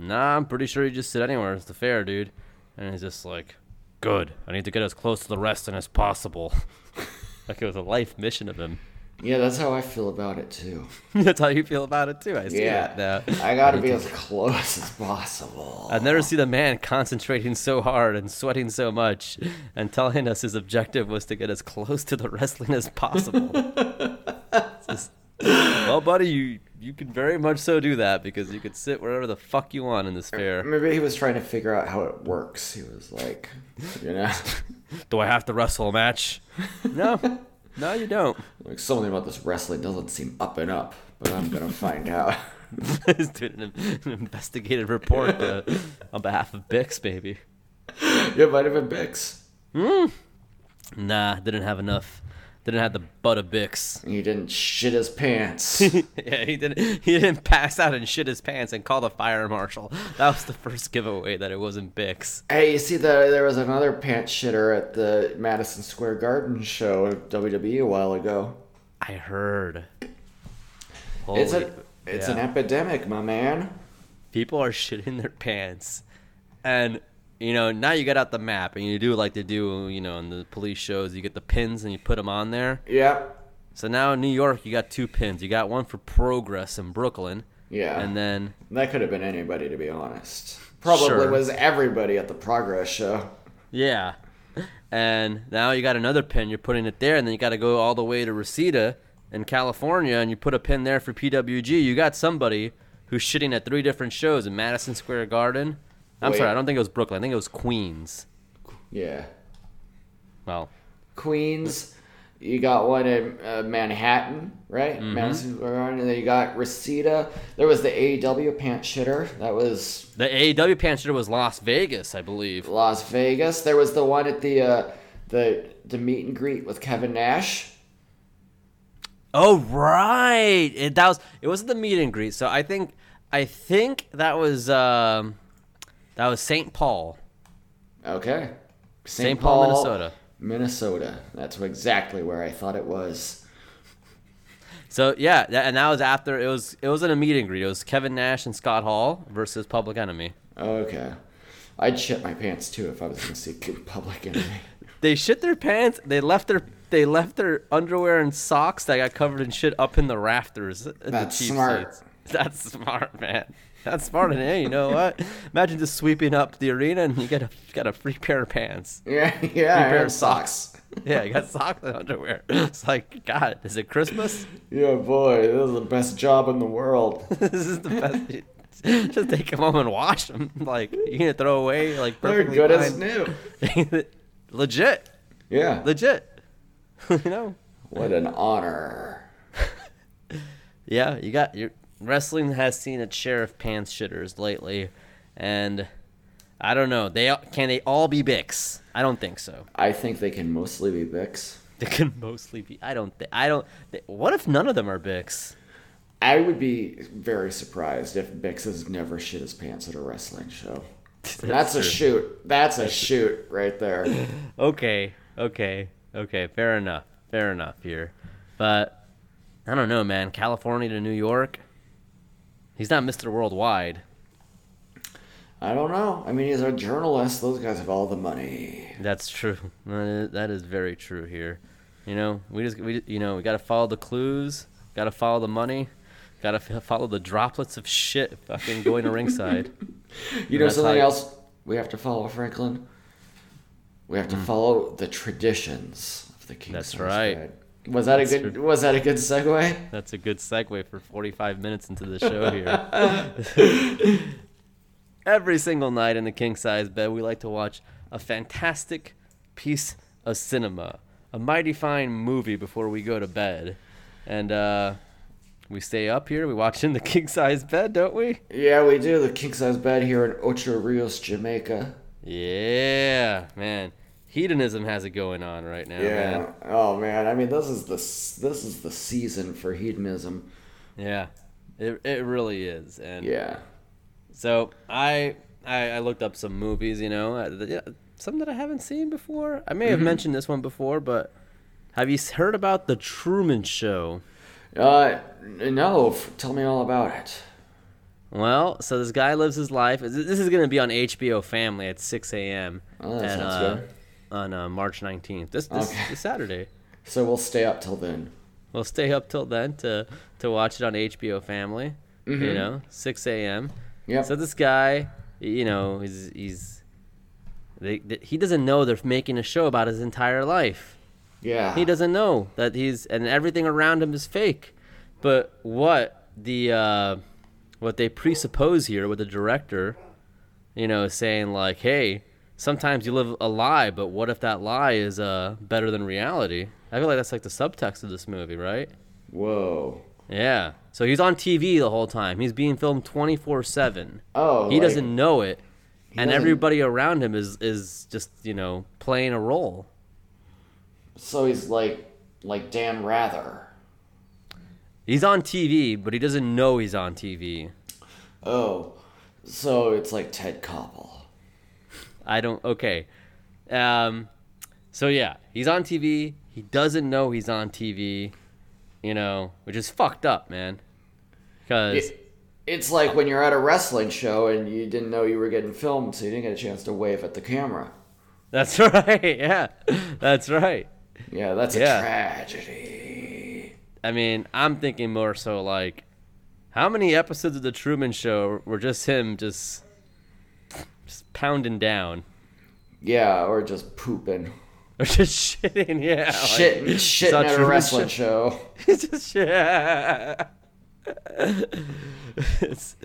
Nah, I'm pretty sure you just sit anywhere. It's the fair, dude. And he's just like, good. I need to get as close to the resting as possible. like it was a life mission of him.
Yeah, that's how I feel about it too.
That's how you feel about it too. I see
Yeah,
that now.
I gotta be as close as possible.
I've never seen a man concentrating so hard and sweating so much and telling us his objective was to get as close to the wrestling as possible. well, buddy, you you can very much so do that because you could sit wherever the fuck you want in this fair.
Maybe he was trying to figure out how it works. He was like, you know,
Do I have to wrestle a match? No, no, you don't.
like something about this wrestling doesn't seem up and up, but I'm gonna find out.
He's doing an, an investigative report uh, on behalf of Bix, baby.
Yeah, might have been Bix.
Nah, didn't have enough. Didn't have the butt of Bix.
He didn't shit his pants.
yeah, he didn't. He didn't pass out and shit his pants and call the fire marshal. That was the first giveaway that it wasn't Bix.
hey, you see that there was another pants shitter at the Madison Square Garden show at WWE a while ago.
I heard.
it's a
Holy-
it's
yeah.
an epidemic, my man.
people are shitting their pants and you know now you get out the map and you do like they do you know in the police shows you get the pins and you put them on there
Yeah.
so now in new york you got two pins you got one for progress in brooklyn
Yeah.
and then
That could have been anybody, to be honest. Probably
Sure.
was everybody at the Progress show.
yeah and now you got another pin you're putting it there and then you got to go all the way to reseda in california and you put a pin there for pwg you got somebody who's shitting at three different shows in madison square garden i'm
Wait.
sorry i don't think it was brooklyn i think it was queens
Yeah.
well
Queens. You got one in uh, Manhattan, right?
Mm-hmm.
Madison Square Garden. And then you got Reseda. There was the AEW pant shitter. That was
The E AEW Panther was Las Vegas, I believe.
Las Vegas. There was the one at the uh, the the meet and greet with Kevin Nash.
Oh right, it, that was it. Wasn't the meet and greet? So I think I think that was um, that was St. Paul.
Okay.
St. Paul, Minnesota.
Minnesota. That's exactly where I thought it was.
So yeah, that, and that was after it was it was in a meet and greet. It was Kevin Nash and Scott Hall versus Public Enemy.
Okay. I'd shit my pants too if I was going to see Public Enemy.
They shit their pants. They left their they left their underwear and socks that got covered in shit up in the rafters. at the
That's
cheap
smart.
seats. That's smart, man. That's smart, and hey, you know what? Imagine just sweeping up the arena and you get a got a free pair of pants.
Yeah, yeah. I
pair
heard
of socks. Yeah, you got socks and underwear. It's like, God, is it Christmas?
Yeah, boy, this is the best job in the world.
this is the best. Just take them home and wash them. Like you gonna throw away like
They're
perfectly
good as
fine-
new.
legit,
Yeah.
legit. you know.
What an honor.
Yeah, you got your wrestling has seen its share of pants shitters lately, and I don't know. They all- can they all be Bix? I don't think so.
I think they can mostly be Bix.
They can mostly be. I don't. Th- I don't. Th- what if none of them are Bix?
I would be very surprised if Bix has never shit his pants at a wrestling show. That's, a
true.
shoot. That's a shoot right there.
Okay, okay, okay. Fair enough. Fair enough here, but I don't know, man. California to New York. He's not Mr. Worldwide.
I don't know. I mean, he's a journalist. Those guys have all the money.
That's true. That is, that is very true here. You know, we just we you know we gotta follow the clues, gotta follow the money, gotta f- follow the droplets of shit fucking going to ringside.
You know
That's
something
how-
else we have to follow, Franklin? We have to follow the traditions of the King
Hmm. That's
Size
right.
Guide. Was that a good was that a good segue?
That's a good segue for 45 minutes into the show here. Every single night in the king size bed, we like to watch a fantastic piece of cinema, a mighty fine movie before we go to bed, and uh, we stay up here. We watch in the king size bed, don't we?
Yeah, we do. The king size bed here in Ocho Rios, Jamaica.
Yeah, man. Hedonism has it going on right now,
Yeah.
man.
Oh man, I mean this is the s- this is the season for hedonism.
Yeah. It, it really is. And
Yeah.
so I, I I looked up some movies, you know, uh, th- yeah, some that I haven't seen before. I may
Mm-hmm.
have mentioned this one before, but have you s- heard about The Truman Show?
Uh, n- no. F- tell me all about it.
Well, so this guy lives his life. This this is going to be on HBO Family at 6 a.m.
Oh, that
and,
sounds
uh,
good.
on uh, March 19th. This this,
Okay.
this Saturday.
So we'll stay up till then.
Well, stay up till then to to watch it on HBO Family. You know, 6 a.m.
Yep.
So this guy, you know, he's he's they, they, he doesn't know they're making a show about his entire life.
Yeah.
He doesn't know that he's and everything around him is fake. But what the uh, what they presuppose here with the director, you know, is saying like, hey, sometimes you live a lie, but what if that lie is uh, better than reality? I feel like that's like the subtext of this movie, right?
Whoa.
Yeah. So he's on TV the whole time. He's being filmed 24/7.
Oh.
He
like-
doesn't know it, and
doesn't-
everybody around him is is just, you know, playing a role.
So he's like, like Dan Rather.
He's on TV, but he doesn't know he's on TV.
Oh. So it's like Ted Koppel.
I don't. Okay. Um, so yeah, he's on TV. He doesn't know he's on TV. You know, which is fucked up, man. Because
It- it's like when you're at a wrestling show and you didn't know you were getting filmed, so you didn't get a chance to wave at the camera.
that's right. Yeah, that's right.
Yeah, that's a
Yeah.
tragedy.
I mean, I'm thinking more so like, how many episodes of the Truman Show were just him just, just pounding down
Yeah, or just pooping.
or just shitting? Yeah, like,
Shitting, shitting
saw
at a
Truman
wrestling
Show.
show.
It's just yeah. It's-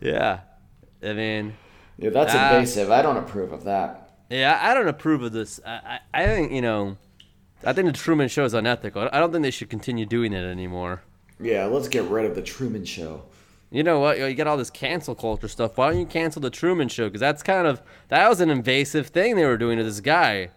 yeah. I mean,
Yeah, that's
Ah.
invasive. I don't approve of that.
yeah, I don't approve of this. I, I, I think, you know, I think the Truman Show is unethical. I don't think they should continue doing it anymore.
Yeah, let's get rid of the Truman Show.
You know what? You got all this cancel culture stuff. Why don't you cancel the Truman Show? Because that's kind of, that was an invasive thing they were doing to this guy.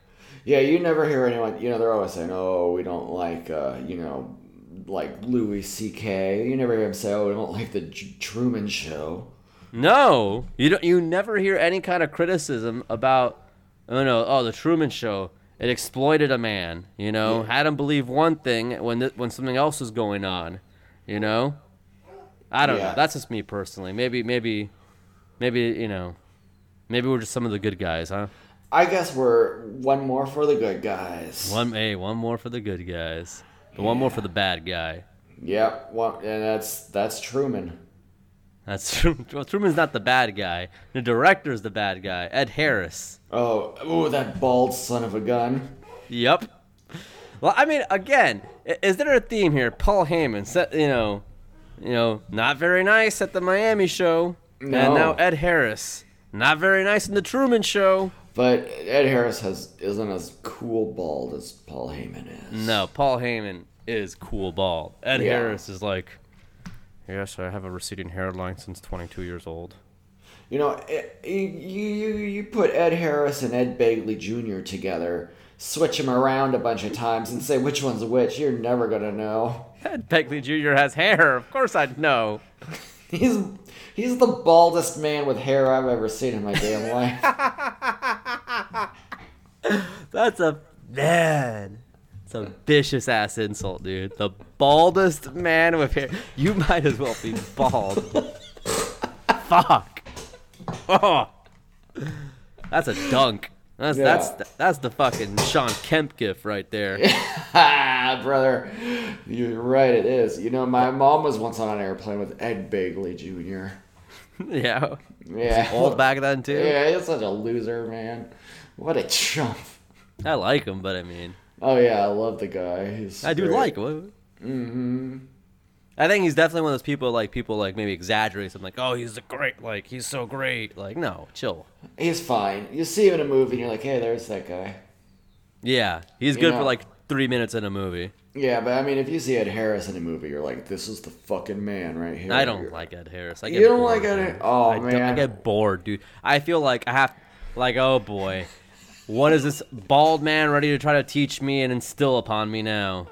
Yeah, you never hear anyone. You know, they're always saying, "Oh, we don't like," uh, you know, like Louis C.K. You never hear him say, "Oh, we don't like the J- Truman Show."
No, you don't. You never hear any kind of criticism about, oh no, oh the Truman Show. It exploited a man. You know, had him believe one thing when th- when something else was going on. You know, I don't
Yeah.
know. That's just me personally. Maybe, maybe, maybe you know, maybe we're just some of the good guys, huh?
I guess we're one more for the good guys.
One, hey, one more for the good guys, but one more for the bad guy.
Yep, one, and that's that's Truman.
That's Truman. Well, Truman's not the bad guy. The director's the bad guy. Ed Harris.
Oh, ooh, that bald son of a gun.
Yep. Well, I mean, again, i- is there a theme here? Paul Heyman, set, you know, you know, not very nice at the Miami show,
No.
and now Ed Harris, not very nice in the Truman Show.
But Ed Harris has isn't as cool bald as Paul Heyman is.
No, Paul Heyman is cool bald. Ed
Yeah.
Harris is like, yes, I have a receding hairline since 22 years old.
You know, it, you, you you put Ed Harris and Ed Bagley Jr. together, switch them around a bunch of times, and say which one's which. You're never gonna know.
Ed Begley Jr. has hair. Of course, I know.
He's he's the baldest man with hair I've ever seen in my damn life.
That's a man. It's a vicious ass insult, dude. The baldest man with hair. You might as well be bald. Fuck. Oh. That's a dunk. That's
Yeah.
that's that's the fucking Sean Kemp gif right there.
ha, brother, you're right. It is. You know, my mom was once on an airplane with Ed Bagley Jr.
yeah.
Yeah,
Old back then too.
Yeah, he's such a loser, man. What a chump.
I like him, but I mean,
Oh yeah, I love the guy. He's
I do
great.
like him. Mm-hmm. I think he's definitely one of those people like people like maybe exaggerate something like, "Oh, he's a great, like he's so great." Like, no, chill.
He's fine. You see him in a movie, and you're like, hey, there's that guy.
Yeah, he's
You
good
know-
for like three minutes in a movie.
Yeah, but I mean, if you see Ed Harris in a movie, you're like, this is the fucking man right here.
I don't like Ed Harris. I get
You don't
bored
like
with
Ed
him.
Har- Oh,
I don't- I
man.
get bored, dude. I feel like I have, like, oh boy, what is this bald man ready to try to teach me and instill upon me now?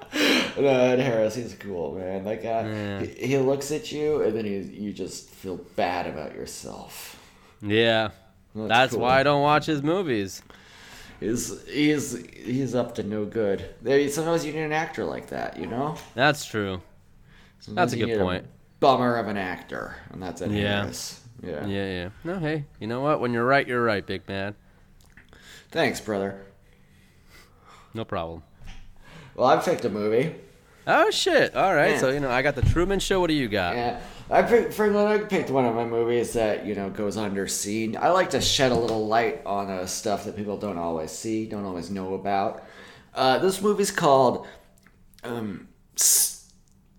No, Ed Harris, he's cool, man. That guy, he, he looks at you, and then he, you just feel bad about yourself.
Yeah, that's,
cool.
why I don't watch his movies.
He's he's he's up to no good. There, sometimes you need an actor like that, you know.
That's true.
Sometimes
a
you
good
need
point.
bummer of an actor, and that's Ed
Yeah.
Harris. Yeah.
Yeah, yeah. No, hey, you know what? When you're right, you're right, big man.
Thanks, brother.
No problem.
Well, I picked a movie.
Oh shit! All right,
Yeah.
so you know I got the Truman Show. What do you got?
Yeah, I picked Franklin. I picked one of my movies that you know goes underseen. I like to shed a little light on uh, stuff that people don't always see, don't always know about. Uh, this movie's called um, S-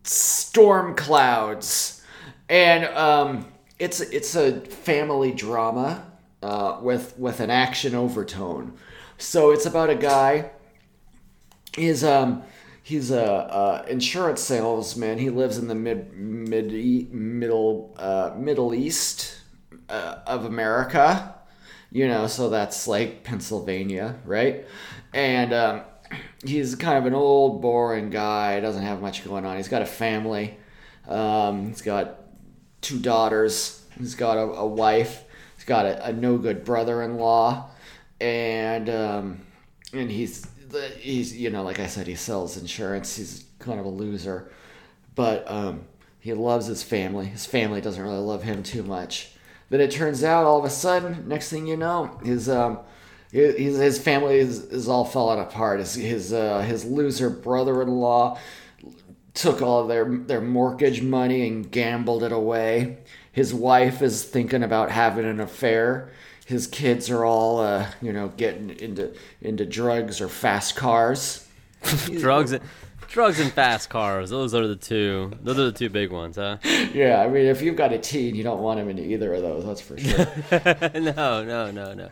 Storm Clouds, and um, it's it's a family drama uh, with with an action overtone. So it's about a guy He's um he's a, uh insurance salesman. He lives in the mid mid e, middle uh, Middle East uh, of America. You know, so that's like Pennsylvania, right? And um, he's kind of an old, boring guy. Doesn't have much going on. He's got a family. Um, he's got two daughters. He's got a, a wife. He's got a, a no good brother-in-law, and um, and he's the- he's you know like I said, he sells insurance. He's kind of a loser, but um, he loves his family. His family doesn't really love him too much. Then it turns out all of a sudden, next thing you know, his um, his, his family is, is all falling apart. His his, uh, his loser brother-in-law took all of their their mortgage money and gambled it away. His wife is thinking about having an affair. His kids are all, uh, you know, getting into into drugs or fast cars.
drugs and drugs and fast cars. Those are the two. Those are the two big ones, huh?
Yeah, I mean, if you've got a teen, you don't want him into either of those. That's for sure.
no, no, no, no.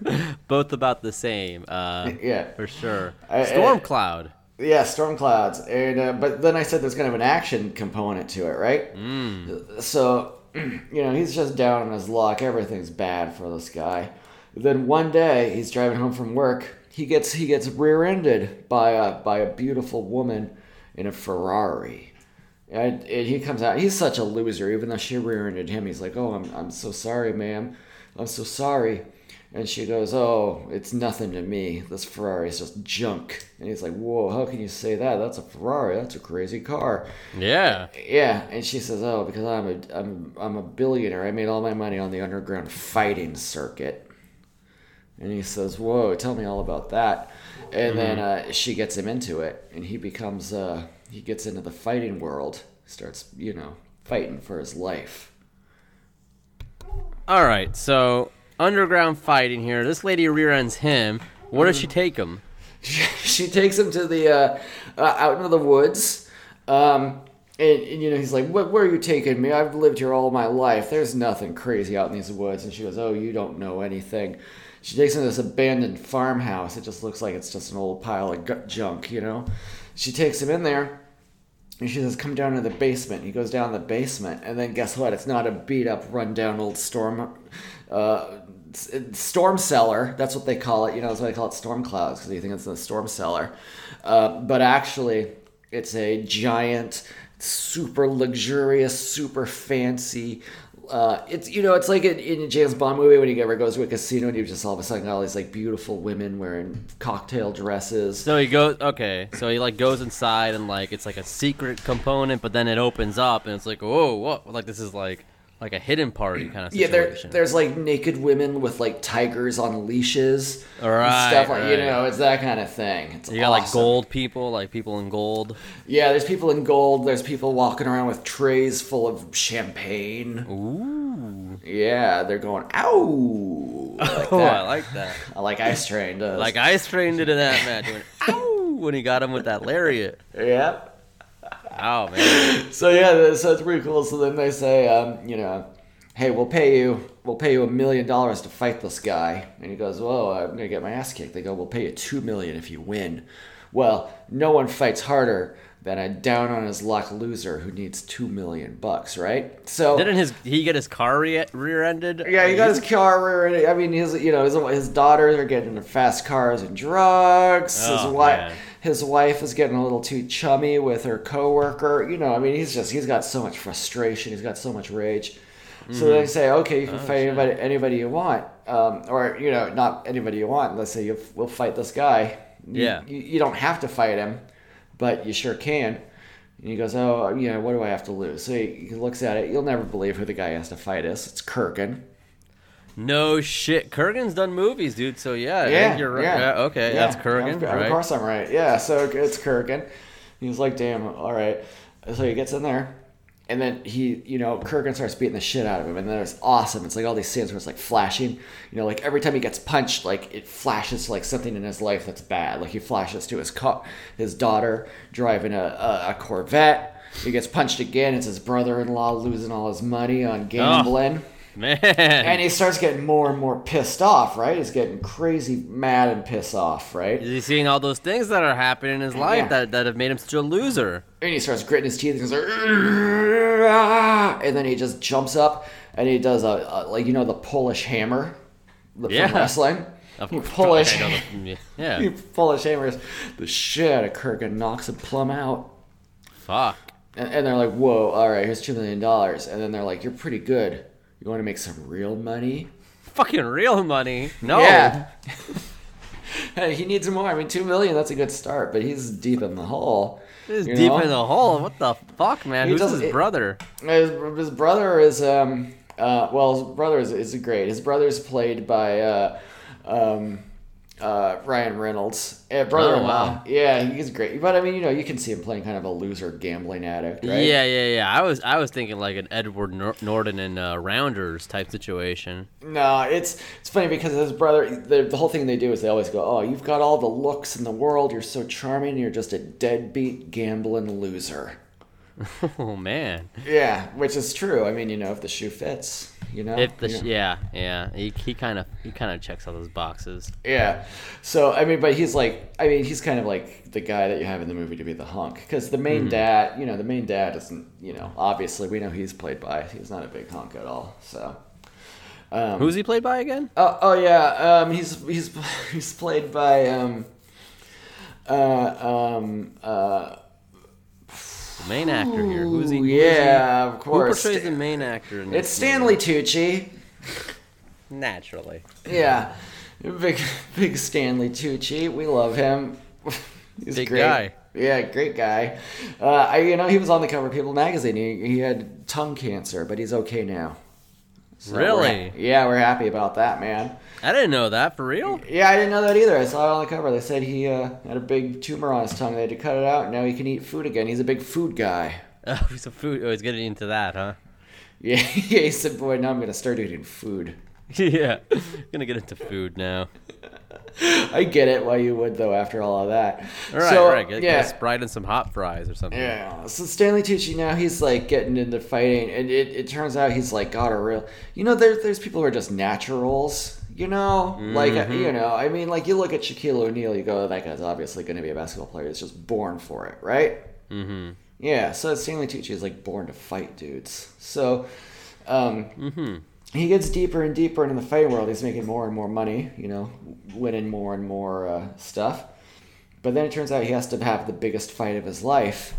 Both about the same. Uh,
yeah,
for sure.
I-
Storm cloud.
yeah, storm clouds, and uh, but then I said there's kind of an action component to it, right? Mm. So, you know, he's just down on his luck. Everything's bad for this guy. Then one day he's driving home from work. He gets he gets rear-ended by a by a beautiful woman in a Ferrari. And, and he comes out. He's such a loser. Even though she rear-ended him, he's like, "Oh, I'm I'm so sorry, ma'am. I'm so sorry." And she goes, "Oh, it's nothing to me. This Ferrari is just junk." And he's like, "Whoa, how can you say that? That's a Ferrari. That's a crazy car."
Yeah.
Yeah, and she says, "Oh, because I'm a I'm I'm a billionaire. I made all my money on the underground fighting circuit." And he says, "Whoa, tell me all about that." And then uh, she gets him into it, and he becomes uh, he gets into the fighting world. Starts, you know, fighting for his life.
All right. So underground fighting here. This lady rear ends him. Where does she take him?
she takes him to the uh, uh, out into the woods, um, and, and you know he's like, "What? Where are you taking me? I've lived here all my life. There's nothing crazy out in these woods." And she goes, "Oh, you don't know anything." She takes him to this abandoned farmhouse. It just looks like it's just an old pile of gu- junk, you know. She takes him in there. And she says, "Come down to the basement." He goes down the basement, and then guess what? It's not a beat up, run down old storm, uh, s- storm cellar. That's what they call it. You know, that's why they call it storm clouds because you think it's in the storm cellar, uh, but actually, it's a giant, super luxurious, super fancy. Uh, it's you know it's like in, in a James Bond movie when he ever goes to a casino and you just all of a sudden got all these like beautiful women wearing cocktail dresses.
So he goes. Okay. So he like goes inside and like it's like a secret component, but then it opens up and it's like whoa, what? Like this is like like a hidden party kind of
Yeah,
situation.
there, there's like naked women with like tigers on leashes, and
Right,
stuff like you
right.
know, it's that kind of thing. It's
you got like
awesome.
gold people, like people in gold.
Yeah, there's people in gold. There's people walking around with trays full of champagne.
Ooh.
Yeah, they're going ow. Like
Oh, I
that.
like that.
I like Ice Train does.
Like I strained it in that match. Went, Ow! When he got him with that lariat.
yeah.
Ow, man.
So yeah, that- so it's pretty cool. So then they say, um, you know, hey, we'll pay you, we'll pay you a million dollars to fight this guy. And he goes, whoa, I'm gonna get my ass kicked. They go, we'll pay you two million if you win. Well, no one fights harder than a down on his luck loser who needs two million bucks, right? So
Didn't his he get his car re- rear-ended?
yeah, he got his car rear. I mean, his you know his, his daughters are getting into fast cars and drugs.
Oh,
his
man.
wife, his wife is getting a little too chummy with her coworker. You know, I mean, he's just he's got so much frustration. He's got so much rage. So
Mm-hmm.
they say, okay,
Oh,
you can fight anybody, anybody you want, um, or you know, not anybody you want. Let's say you will fight this guy. You-
Yeah.
you, you don't have to fight him, but you sure can. And he goes, Oh, you know, what do I have to lose? So he, he looks at it. You'll never believe who the guy has to fight is. It's Kurgan.
No shit. Kurgan's done movies, dude. So yeah, I think
Yeah.
you're right.
Yeah.
Yeah, okay,
Yeah.
that's Kurgan,
Of, of
right?
course I'm right. Yeah. So it's Kurgan. He's like, Damn, all right. So he gets in there. and then he, you know, Kurgan starts beating the shit out of him, and then it's awesome. It's like all these scenes where it's like flashing, you know, like every time he gets punched, like it flashes to like something in his life that's bad. Like he flashes to his co- his daughter driving a, a, a Corvette. He gets punched again. It's his brother-in-law losing all his money on gambling.
Man.
And he starts getting more and more pissed off, right? He's getting crazy mad and pissed off, right?
Is he seeing all those things that are happening in his life
Yeah.
that, that have made him such a loser?
and he starts gritting his teeth and he's like, "Ah," and then he just jumps up and he does a, a like you know the Polish hammer the-
Yeah.
from wrestling.
Of
You
course,
Polish,
I know the- yeah.
you Polish hammers the shit out of Kirk and knocks him plumb out.
Fuck.
And, and they're like, "Whoa, all right, here's two million dollars." And then they're like, "You're pretty good. You want to make some real money?"
Fucking real money. No.
Yeah. hey, he needs more. I mean, two million—that's a good start, but he's deep in the hole.
This is
you
deep
know?
in the hole. What the fuck, man?
He
Who's
doesn't-
his
it-
brother?
His, his brother is um uh well his brother is, is great. His brother's played by uh um uh Ryan Reynolds. Uh, brother-in-law.
Oh, wow.
Yeah, he's great. But I mean, you know, you can see him playing kind of a loser gambling addict, right?
Yeah, yeah, yeah. I was I was thinking like an Edward Nor- Norton and uh, Rounders type situation.
No, it's it's funny because his brother the, the whole thing they do is they always go, "Oh, you've got all the looks in the world. You're so charming. You're just a deadbeat gambling loser."
Oh man.
Yeah, which is true. I mean, you know, if the shoe fits, you know.
If the
you know.
sh- yeah yeah he he kind of he kind of checks all those boxes.
Yeah. So I mean, but he's like, I mean, he's kind of like the guy that you have in the movie to be the hunk, because the
Mm-hmm.
main dad, you know, the main dad isn't, you know, obviously we know he's played by, he's not a big hunk at all. So. Um,
Who's he played by again?
Oh, oh yeah. Um, he's he's he's played by um. Uh, um, uh,
The main actor here. Who's he?
ooh,
who is he?
yeah, of
Who
course.
portrays the main actor in this?
it's Stanley Tucci.
movie? Naturally.
Yeah, big big Stanley Tucci. We love him. He's
Big
great.
guy.
Yeah, great guy. Uh, I, you know, he was on the cover of People magazine. He, he had tongue cancer, but he's okay now. So we're
Really?
ha- yeah, we're happy about that, man.
I didn't know that for real.
Yeah, I didn't know that either. I saw it on the cover. They said he uh, had a big tumor on his tongue. They had to cut it out. Now he can eat food again. He's a big food guy.
Oh, he's a food. Oh, he's getting into that, huh?
Yeah, yeah. He said, "Boy, now I'm gonna start eating food."
yeah, gonna get into food now.
I get it why you would though. After all of that,
All right,
So,
all right. Get, get
yeah.
a sprite and some hot fries or something.
Yeah. So Stanley Tucci now he's like getting into fighting, and it, it turns out he's like got a real. You know, there's there's people who are just naturals. You know, like uh, you know, I mean, like you look at Shaquille O'Neal, you go, "Oh, that guy's obviously going to be a basketball player. He's just born for it, right? Mm-hmm. Yeah. So Stanley Tucci is like born to fight dudes. So. Um, He gets deeper and deeper into the fighting world. He's making more and more money, you know, winning more and more uh, stuff. But then it turns out he has to have the biggest fight of his life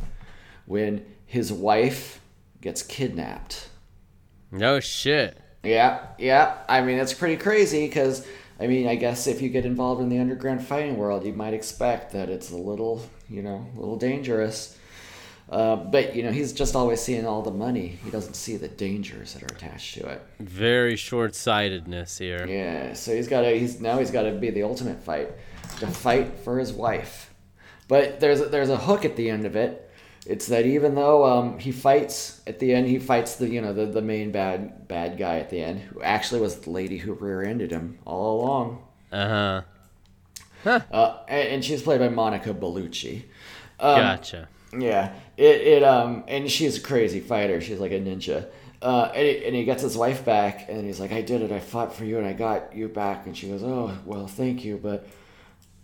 when his wife gets kidnapped.
No Oh, shit.
Yeah, yeah. I mean, it's pretty crazy because, I mean, I guess if you get involved in the underground fighting world, you might expect that it's a little, you know, a little dangerous. Uh, but, you know, he's just always seeing all the money. He doesn't see the dangers that are attached to it.
Very short sightedness here.
Yeah, so he's got to. He's now he's got to be the ultimate fight, to fight for his wife. But there's a, there's a hook at the end of it. It's that even though um, he fights at the end, he fights the you know the, the main bad bad guy at the end, who actually was the lady who rear-ended him all along.
Uh huh.
Uh, and, and she's played by Monica Bellucci. Um,
Gotcha.
yeah, it it um, and she's a crazy fighter. She's like a ninja. Uh, and, he, and he gets his wife back, and he's like, "I did it. I fought for you, and I got you back." And she goes, "Oh, well, thank you, but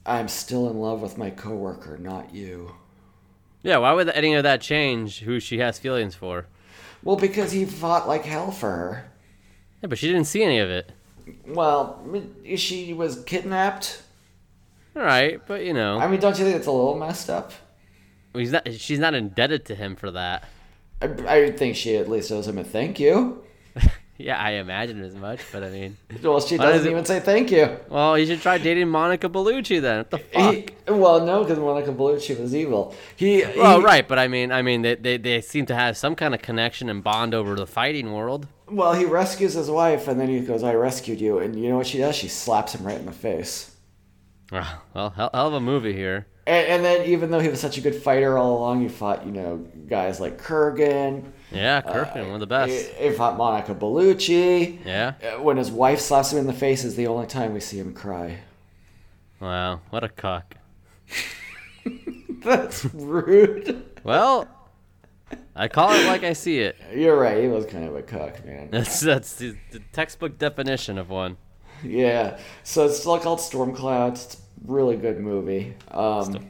I'm still in love with my coworker, not you."
Yeah. Why would any of that change who she has feelings for?
Well, because he fought like hell for her.
Yeah, but she didn't see any of it.
Well, I mean, she was kidnapped.
All right, but you know,
I mean, don't you think it's a little messed up?
he's not. She's not indebted to him for that.
I, I think she at least owes him a thank you.
Yeah, I imagine as much. But I mean,
Well, she
Why does
doesn't
it-
even say thank you.
well, you should try dating Monica Bellucci then. What the fuck?
He, well, no, because Monica Bellucci was evil. He,
Well,
he-
right, but I mean, I mean, they, they, they seem to have some kind of connection and bond over the fighting world.
Well, he rescues his wife, and then he goes, "I rescued you," and you know what she does? She slaps him right in the face.
Ah, Well, hell, hell of a movie here.
And, and then, even though he was such a good fighter all along, he fought, you know, guys like Kurgan,
Yeah, Kirkman, one of the best.
If I, Monica Bellucci.
yeah.
Uh, When his wife slaps him in the face is the only time we see him cry.
Wow, what a cock.
That's rude.
Well, I call it like I see it.
You're right. He was kind of a cuck, man.
That's that's the, the textbook definition of one.
yeah. So it's still called Storm Clouds. It's a really good movie. Um,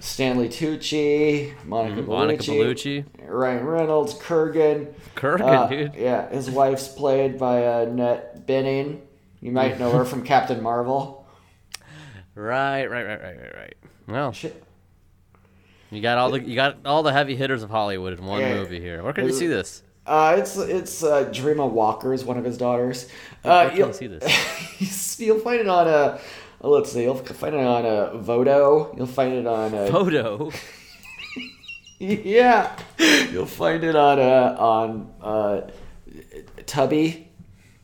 Stanley Tucci, Monica, Bellucci,
Mm-hmm. Monica Bellucci,
Ryan Reynolds, Kurgan.
Kurgan,
Uh,
dude.
Yeah, his wife's played by uh, Annette Benning. You might know her from Captain Marvel.
Right, right, right, right, right, right. Well,
She,
you got all the you got all the heavy hitters of Hollywood in one
Yeah.
movie here. Where can you see this?
uh, it's it's uh, Dreama Walker is one of his daughters. Uh,
Where can
you'll,
you see this?
you'll find it on a. oh, Let's see. You'll find it on a Vodo. You'll find it on a.
Photo.
yeah. You'll find it on a on uh, Tubby,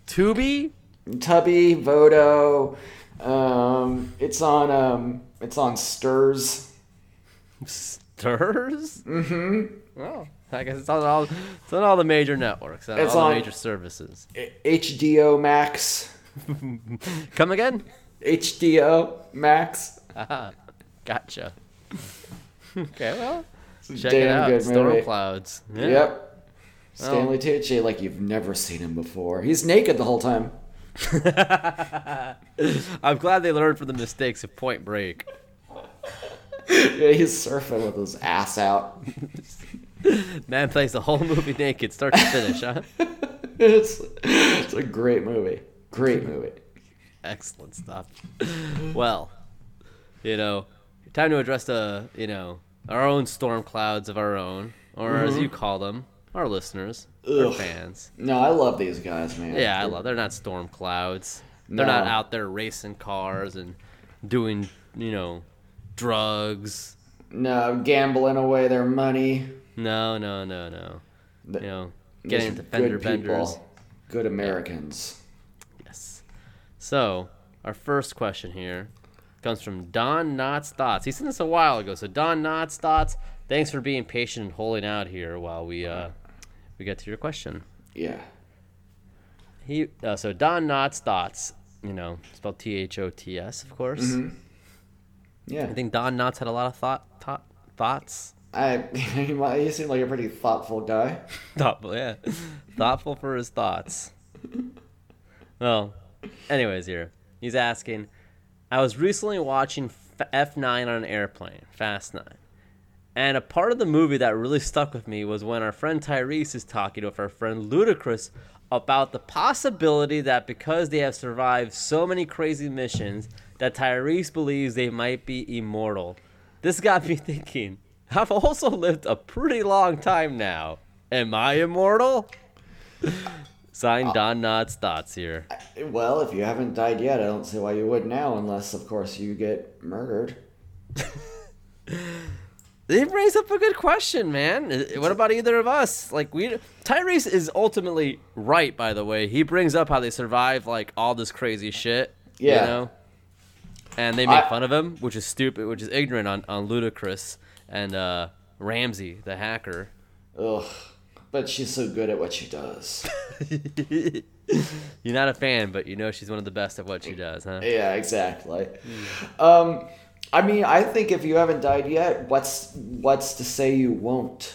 Tubi.
Tubby Vodo. Um, it's on um, it's on Stirs.
Stirs. Mm-hmm. Well, I guess it's on all it's on all the major networks. On
It's
all
on-
the major services.
HDO Max.
Come again?
HDO Max.
Aha. Gotcha. okay, well,
a
check it
damn
out.
good
Storm
movie.
clouds. Yeah.
Yep. Stanley Tucci, like you've never seen him before. He's naked the whole time.
I'm glad they learned from the mistakes of Point Break.
Yeah, he's surfing with his ass out.
Man plays the whole movie naked, start to finish, huh?
It's it's a great movie. Great movie.
Excellent stuff. Well, you know, time to address the, you know, our own storm clouds of our own, or as you call them, our listeners, our
Mm-hmm. Ugh.
fans.
No, I love these guys, man.
Yeah, I love. They're not storm clouds. They're not
No.
out there racing cars and doing, you know, drugs.
No, gambling away their money.
No, no, no, no.
The-
You know, getting
These
into
are
fender
good people.
benders.
Good Americans.
Yes. So, our first question here comes from Don Knotts Thoughts. He sent this a while ago. So, Don Knotts Thoughts, thanks for being patient and holding out here while we uh, we get to your question.
Yeah.
He uh, so Don Knotts Thoughts, you know, spelled T H O T S, of course.
Yeah.
I think Don Knotts had a lot of thought, thought thoughts.
I, you seem like a pretty thoughtful guy.
Thoughtful, yeah. Thoughtful for his thoughts. Well, anyways, here. He's asking I was recently watching F- F9 on an airplane, Fast 9. And a part of the movie that really stuck with me was when our friend Tyrese is talking with our friend Ludacris about the possibility that because they have survived so many crazy missions, that Tyrese believes they might be immortal. This got me thinking. I've also lived a pretty long time now. Am I immortal?
Uh,
Signed Don Knotts thoughts here.
Well, if you haven't died yet, I don't see why you would now, unless, of course, you get murdered.
They raise up a good question, man. Uh, What about either of us? Like we, Tyrese is ultimately right. By the way, he brings up how they survive like all this crazy shit. You
Yeah.
know? And they make
I-
fun of him, which is stupid, which is ignorant on on Ludacris and uh, Ramsey the hacker.
Ugh. But she's so good at what she does.
You're not a fan, but you know she's one of the best at what she does, huh?
yeah, exactly. Um, I mean, I think if you haven't died yet, what's what's to say you won't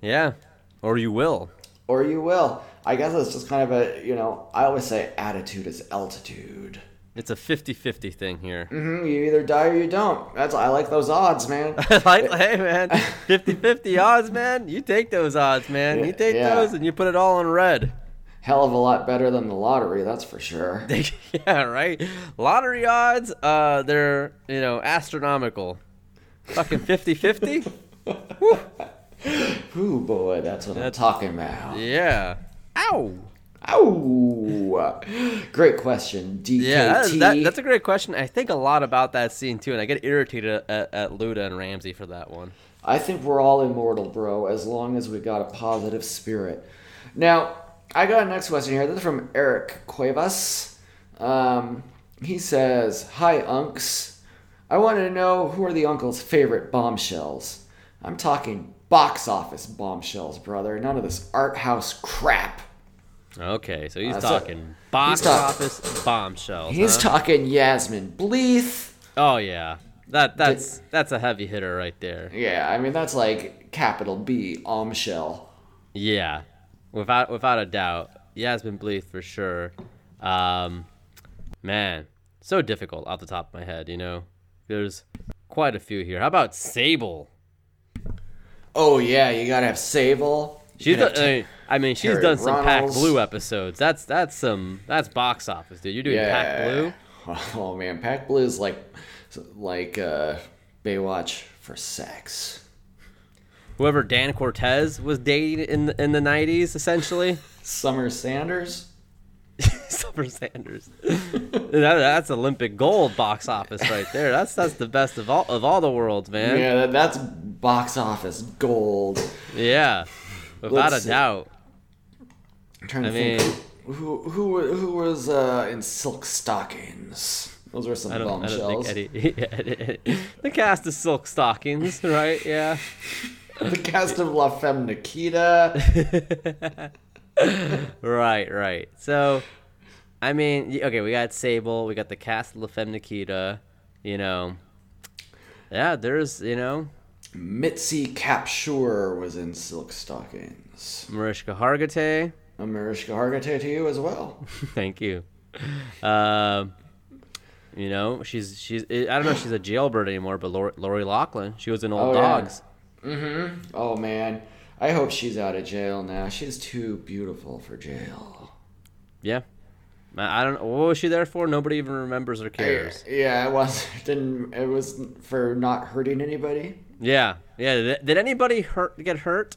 Yeah. Or you will.
or you will? I guess it's just kind of a you know. I always say attitude is altitude.
It's a 50-50 thing here.
hmm you either die or you don't. That's I like those odds, man.
like, hey man, 50-50 odds, man. You take those odds, man. You take
Yeah.
those and you put it all on red.
Hell of a lot better than the lottery, that's for sure.
yeah, right. Lottery odds, uh, they're you know astronomical. Fucking 50-50?
Ooh boy, that's what I'm talking about.
yeah. Ow.
Oh, great question, DKT.
Yeah, that, that, that's a great question. I think a lot about that scene too, and I get irritated at, at Luda and Ramsey for that one.
I think we're all immortal, bro, as long as we got a positive spirit. Now, I got a next question here. This is from Eric Cuevas. Um, he says, "Hi, unks. I wanted to know who are the uncle's favorite bombshells. I'm talking box office bombshells, brother. None of this art house crap.
Okay, so he's
That's it.
talking box
He's talk-
office bombshells.
He's
huh?
talking Yasmin Bleeth.
oh yeah, that that's that's a heavy hitter right there.
Yeah, I mean that's like capital B omshell.
Yeah, without without a doubt, Yasmin Bleeth for sure. Um, man, so difficult off the top of my head. You know, there's quite a few here. How about Sable?
Oh yeah, you gotta have Sable. You
She's
gotta
done,
have
I mean, I mean, she's
Terry
done some Pack
Ronalds.
Blue episodes. That's that's some that's box office, dude. You're doing Pack Blue.
Oh man, Pack Blue is like like uh, Baywatch for sex.
Whoever Dan Cortez was dating in the, in the '90s, essentially.
Summer Sanders.
Summer Sanders. That- that's Olympic gold box office right there. That's that's the best of all of all the worlds, man.
Yeah, that, that's box office gold.
Yeah, without
Let's
a
see.
doubt.
I'm trying to
I
think who who wa- who was uh, in silk stockings. Those were some
I don't, I don't
bombshells.
think Eddie. yeah, Eddie- Eddie- the cast of Silk Stockings, right? Yeah.
the cast of La Femme Nikita.
Right, right. So, I mean, y- okay, we got Sable, we got the cast of La Femme Nikita, you know. Yeah, there's, you know,
Mitzi Capture was in silk stockings.
Mariska Hargitay.
Amerishka Hargitay to you as well.
Thank you. Um, you know, she's she's I don't know if she's a jailbird anymore, but Lori, Lori Lachlan, she was in Old
Oh, yeah.
Dogs.
Oh man, I hope she's out of jail now. She's too beautiful for jail.
Yeah. I I don't what was she there for? Nobody even remembers or cares.
Yeah, it was didn't it was for not hurting anybody.
Yeah. Yeah, did, did anybody hurt get hurt?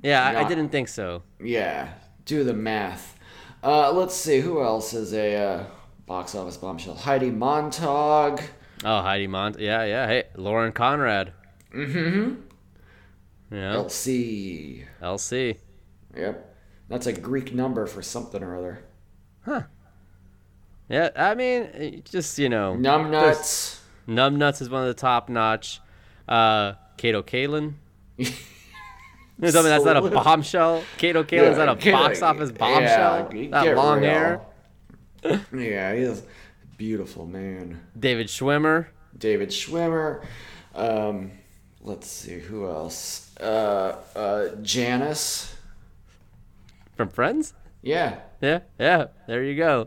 Yeah, I, I
Not-
didn't think so.
Yeah, do the math. Uh, let's see who else is a uh, box office bombshell. Heidi Montag.
Oh, Heidi Mont. Yeah, yeah. Hey, Lauren Conrad. Mm-hmm. Yeah,
LC.
LC.
Yep, that's a Greek number for something or other.
Yeah, I mean, it just you know,
Numbnuts.
Numbnuts is one of the top notch. Uh, Kato Kalin. You tell me that's not a
Absolute-
bombshell. Kato Kalin's
Yeah,
not a
get-
box office bombshell.
yeah,
that
get
long
real.
hair.
yeah, he is a beautiful man.
David Schwimmer.
David Schwimmer. Um, let's see who else. Uh, uh, Janice.
from Friends.
Yeah.
Yeah, yeah. There you go.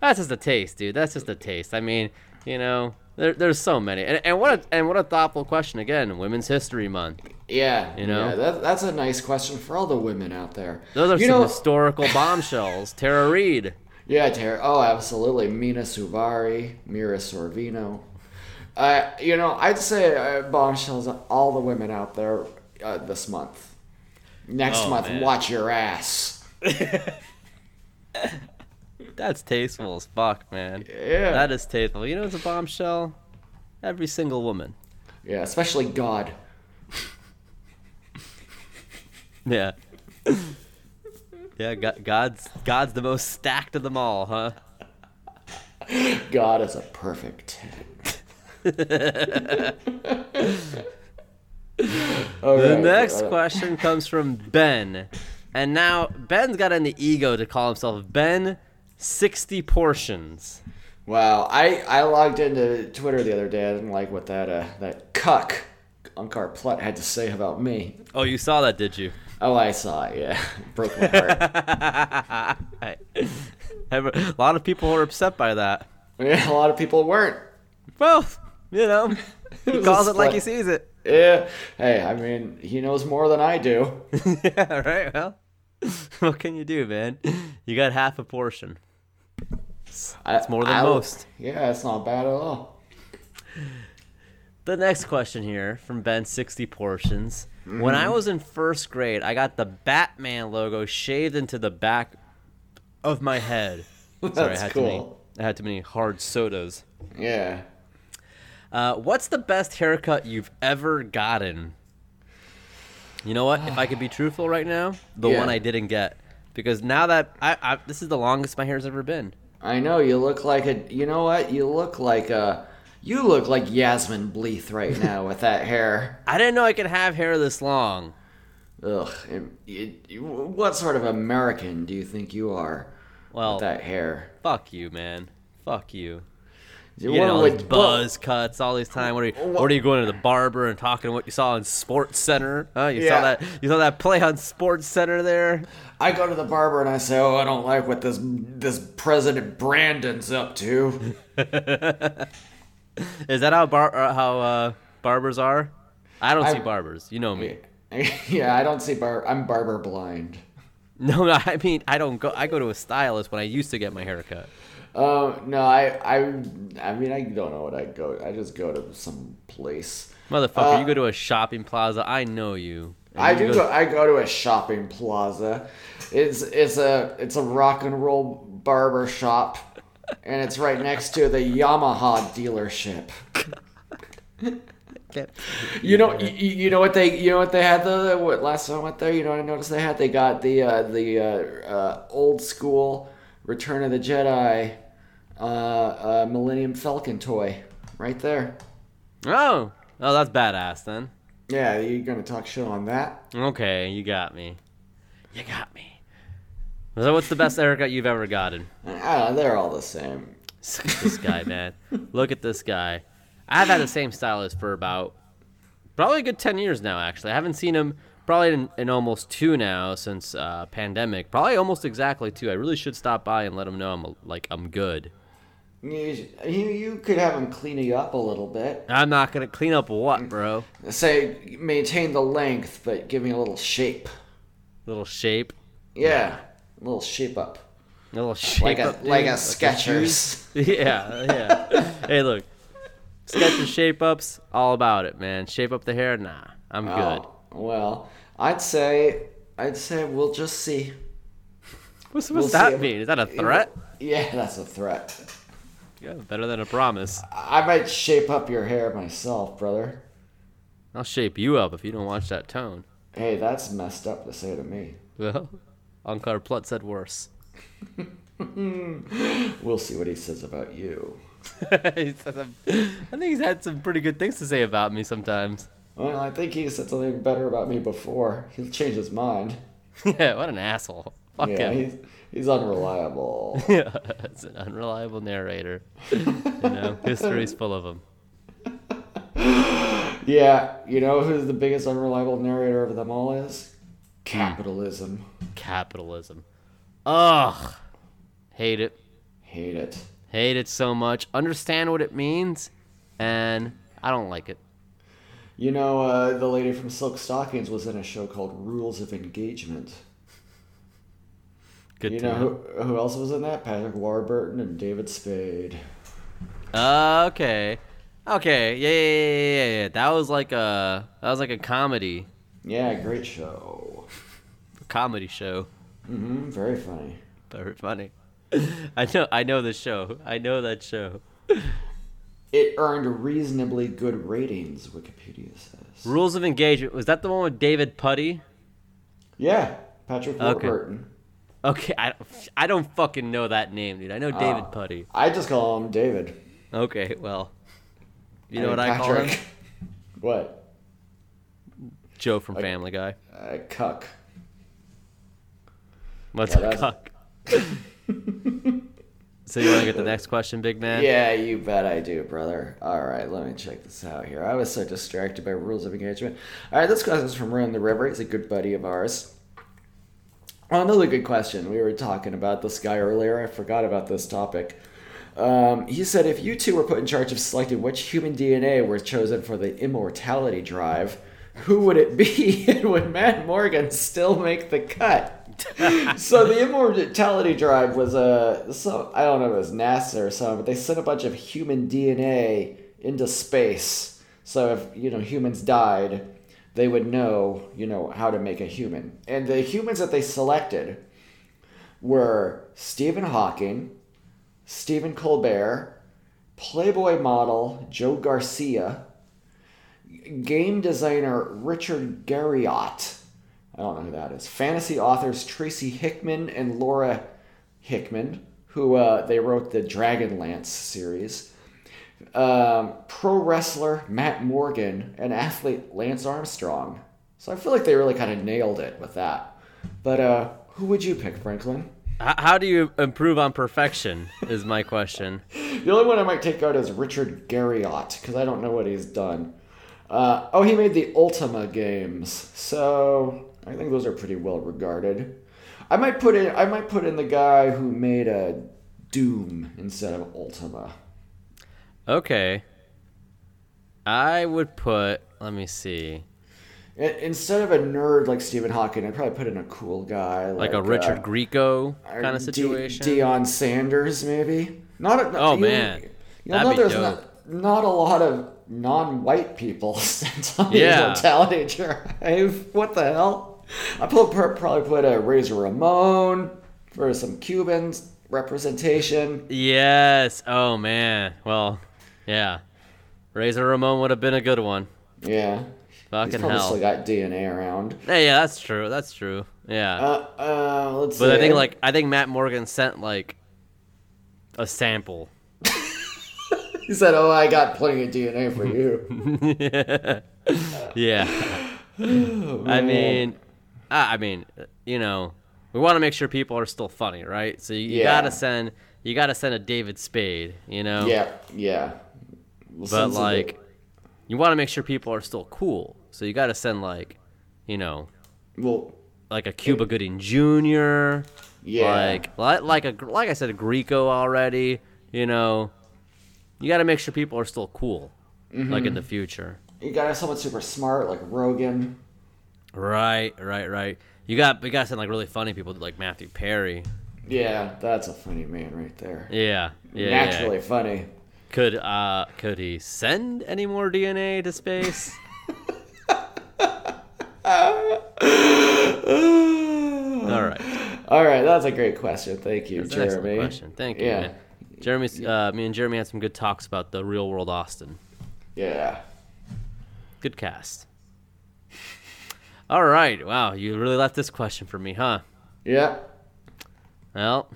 That's just a taste, dude. That's just a taste. I mean, you know, there, there's so many, and, and what a and what a thoughtful question again. Women's History Month.
Yeah. You
know?
Yeah, that, that's a nice question for all the women out there.
Those are
you
some
know,
historical bombshells. Tara Reid.
Yeah, Tara. Oh, absolutely. Mina Suvari, Mira Sorvino. Uh, you know, I'd say uh, bombshells on all the women out there uh, this month. Next
Oh,
month,
man.
watch your ass.
That's tasteful as fuck, man.
Yeah.
That is tasteful. You know, it's a bombshell. Every single woman.
yeah, especially God.
Yeah. yeah. God, God's God's the most stacked of them all, huh?
God is a perfect 10. All
The
right,
next
uh,
question comes from Ben, and now Ben's got in the ego to call himself Ben sixty portions.
Wow, I, I logged into Twitter the other day. I didn't like what that uh, that cuck Unkar Plutt had to say about me.
Oh, you saw that, did you?
Oh, I saw it. Yeah, broke my heart.
I- a lot of people were upset by that.
yeah, a lot of people weren't.
Well, you know, he
was a
calls it like he
split.
sees it.
Yeah. Hey, I mean, he knows more than I do.
yeah, right. Well, what can you do, man? You got half a portion.
That's
more than most.
Yeah, it's not bad at all.
The next question here from Ben 60 Portions. When
Mm-hmm.
I was in first grade, I got the Batman logo shaved into the back of my head. Sorry, I
That's
had too many,
cool.
I had too many hard sodas.
Yeah.
Uh, what's the best haircut you've ever gotten? You know what? If I could be truthful right now, the
Yeah.
one I didn't get. Because now that I, I this is the longest my hair's ever been.
I know you look like a. You know what? You look like a. You look like Yasmin Bleeth right now with that hair.
I didn't know I could have hair this long.
Ugh. and it- you- what sort of American do you think you are
Well,
with that hair?
fuck you, man. Fuck you.
You
You get all
wanna
these
look-
buzz cuts, all these time. What are you? What are you going to the barber and talking what you saw in Sports Center? Huh? You saw
Yeah.
that? You saw that play on Sports Center there?
I go to the barber and I say, "Oh, I don't like what this this President Brandon's up to."
Is that how bar uh, how uh, barbers are? I don't see
I-
barbers. You know me.
yeah, I don't see bar. I'm barber blind.
No, no, I mean I don't go. I go to a stylist when I used to get my hair cut.
Um, no, I, I, I mean, I don't know what I go. I just go to some place.
Motherfucker, you go to a shopping plaza. I know you. And
Uh, I
you go-
do. Go, I go to a shopping plaza. It's it's a it's a rock and roll barber shop, and it's right next to the Yamaha dealership. You know, you, you know what they you know what they had though. What last time I went there, you know what I noticed they had. They got the uh, the uh, uh, old school Return of the Jedi uh, uh, Millennium Falcon toy right there.
Oh, oh, that's badass then.
Yeah, you're gonna talk shit on that.
Mm-hmm. Okay, you got me. You got me. So what's the best haircut you've ever gotten?
I don't know, they're all the same.
Look at this guy, man. Look at this guy. I've had the same stylist for about probably a good 10 years now, actually. I haven't seen him probably in, in almost two now since uh, pandemic. Probably almost exactly two. I really should stop by and let him know I'm like I'm good.
You, you you could have them clean you up a little bit.
I'm not gonna clean up what, bro?
Say maintain the length, but give me a little shape.
Little shape,
Yeah, a little shape up,
little shape,
like a
up, dude.
like a Skechers.
yeah, yeah. hey, look, sketch shape ups, all about it, man. Shape up the hair, nah, I'm good.
Oh, well, I'd say I'd say we'll just see.
What's, what's
We'll see
that
if-
mean? Is that a threat?
Yeah, that's a threat.
Yeah, better than a promise.
I might shape up your hair myself, brother.
I'll shape you up if you don't watch that tone.
Hey, that's messed up to say to me.
Well, Ankar Plutt said worse.
We'll see what he says about you.
He said some- I think he's had some pretty good things to say about me sometimes.
Well, I think he said something better about me before. He'll change his mind.
yeah, what an asshole. Fuck
Yeah,
him.
he's, he's unreliable.
Yeah, it's an unreliable narrator. you know, history's full of them.
yeah, you know who's the biggest unreliable narrator of them all is? Capitalism.
Capitalism. Ugh. Hate it.
Hate it.
Hate it so much. Understand what it means, and I don't like it.
You know, uh, the lady from Silk Stockings was in a show called Rules of Engagement.
Good
You
to
know
know.
who, who else was in that? Patrick Warburton and David Spade.
Uh, Okay. Okay. Yeah, yeah, yeah, yeah, yeah, yeah. That was like a that was like a comedy
Yeah, great show.
comedy show.
hmm very funny.
Very funny. I know I know the show. I know that show.
It earned reasonably good ratings, Wikipedia says.
Rules of engagement. Was that the one with David Putty?
Yeah, Patrick
Okay.
Warburton.
Okay, I, I don't fucking know that name, dude. I know
Ah.
David Putty.
I just call him David.
Okay, well. You know
mean,
what I call him?
what?
Joe from Family Guy.
Uh, cuck.
What's
Yeah,
a
that's-
cuck? so you want to get the next question, big man?
Yeah, you bet I do, brother. All right, let me check this out here. I was so distracted by rules of engagement. All right, this question is from Run the River. He's a good buddy of ours. Oh, another good question. We were talking about this guy earlier. I forgot about this topic. Um, he said if you two were put in charge of selecting which human DNA were chosen for the immortality drive, who would it be? and would Matt Morgan still make the cut? so the immortality drive was a so I don't know if it was NASA or something, but they sent a bunch of human DNA into space. So if you know humans died, they would know you know how to make a human. And the humans that they selected were Stephen Hawking, Stephen Colbert, Playboy model Joe Garcia, game designer Richard Garriott. I don't know who that is. Fantasy authors Tracy Hickman and Laura Hickman, who uh, they wrote the Dragonlance series. um, pro wrestler Matt Morgan, and athlete Lance Armstrong. So I feel like they really kind of nailed it with that. But uh, who would you pick, Franklin?
H- how do you improve on perfection? Is my question.
The only one I might take out is Richard Garriott because I don't know what he's done. Uh, oh, he made the Ultima games, so I think those are pretty well regarded. I might put in I might put in the guy who made a Doom instead of Ultima.
Okay. I would put. Let me see.
I- Instead of a nerd like Stephen Hawking, I'd probably put in a cool guy
Like,
like,
a Richard Grieco
uh,
kind of
D-
situation.
Deion Sanders, maybe. Not. A,
Oh,
you-
man.
you know,
That'd be
there's
dope.
Not, not a lot of non-white people sent on
Yeah.
the mortality drive. What the hell? I put, pr- probably put a Razor Ramon for some Cuban representation.
yes. Oh man. Well, yeah. Razor Ramon would have been a good one.
Yeah. He's
Fucking
probably
hell.
still got DNA around.
Yeah, yeah, that's true. That's true. Yeah.
Uh, uh, let's
But
see.
I think like I think Matt Morgan sent like a sample.
he said, "Oh, I got plenty of DNA for you."
Yeah.
Oh,
I mean, I I mean, you know, we want to make sure people are still funny, right? So you, you
Yeah.
gotta send you gotta send a David Spade, you know.
yeah, yeah.
But
Sensitive.
like, you want to make sure people are still cool, so you gotta send like, you know,
well,
like a Cuba Gooding Jr.
yeah.
Like like like a like I said, a Greco already. You know, you got to make sure people are still cool, like
Mm-hmm.
in the future.
You gotta have someone super smart like Rogan.
Right, right, right. You got we got to send like really funny people like Matthew Perry.
Yeah, that's a funny man right there.
Yeah, yeah. yeah.
Naturally funny.
Could uh could he send any more DNA to space? All right,
All right, that's a great question. Thank you,
that's an
Jeremy.
excellent question. Thank you.
Yeah.
Man. Jeremy's uh, me and Jeremy had some good talks about the real world Austin.
Yeah.
Good cast. All right. Wow, you really left this question for me, huh?
Yeah.
Well,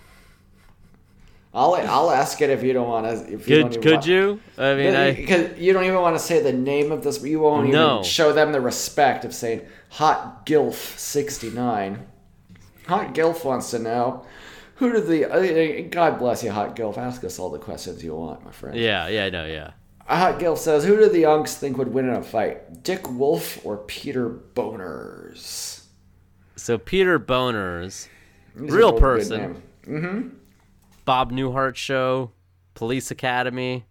I'll I'll ask it if you don't want to. If you don't
could
even
could
want-
you? I mean, I
Because you don't even want to say the name of this. You won't
No.
even show them the respect of saying Hot Gilf 69. Hot Gilf wants to know who did the. uh, uh, God bless you, Hot Gilf. Ask us all the questions you want, my friend.
yeah yeah no yeah.
Hot Gilf says, "Who do the Unks think would win in a fight, Dick Wolf or Peter Boners?"
So Peter Boners,
These are
Real
both good
person.
names.
Bob Newhart show, Police Academy.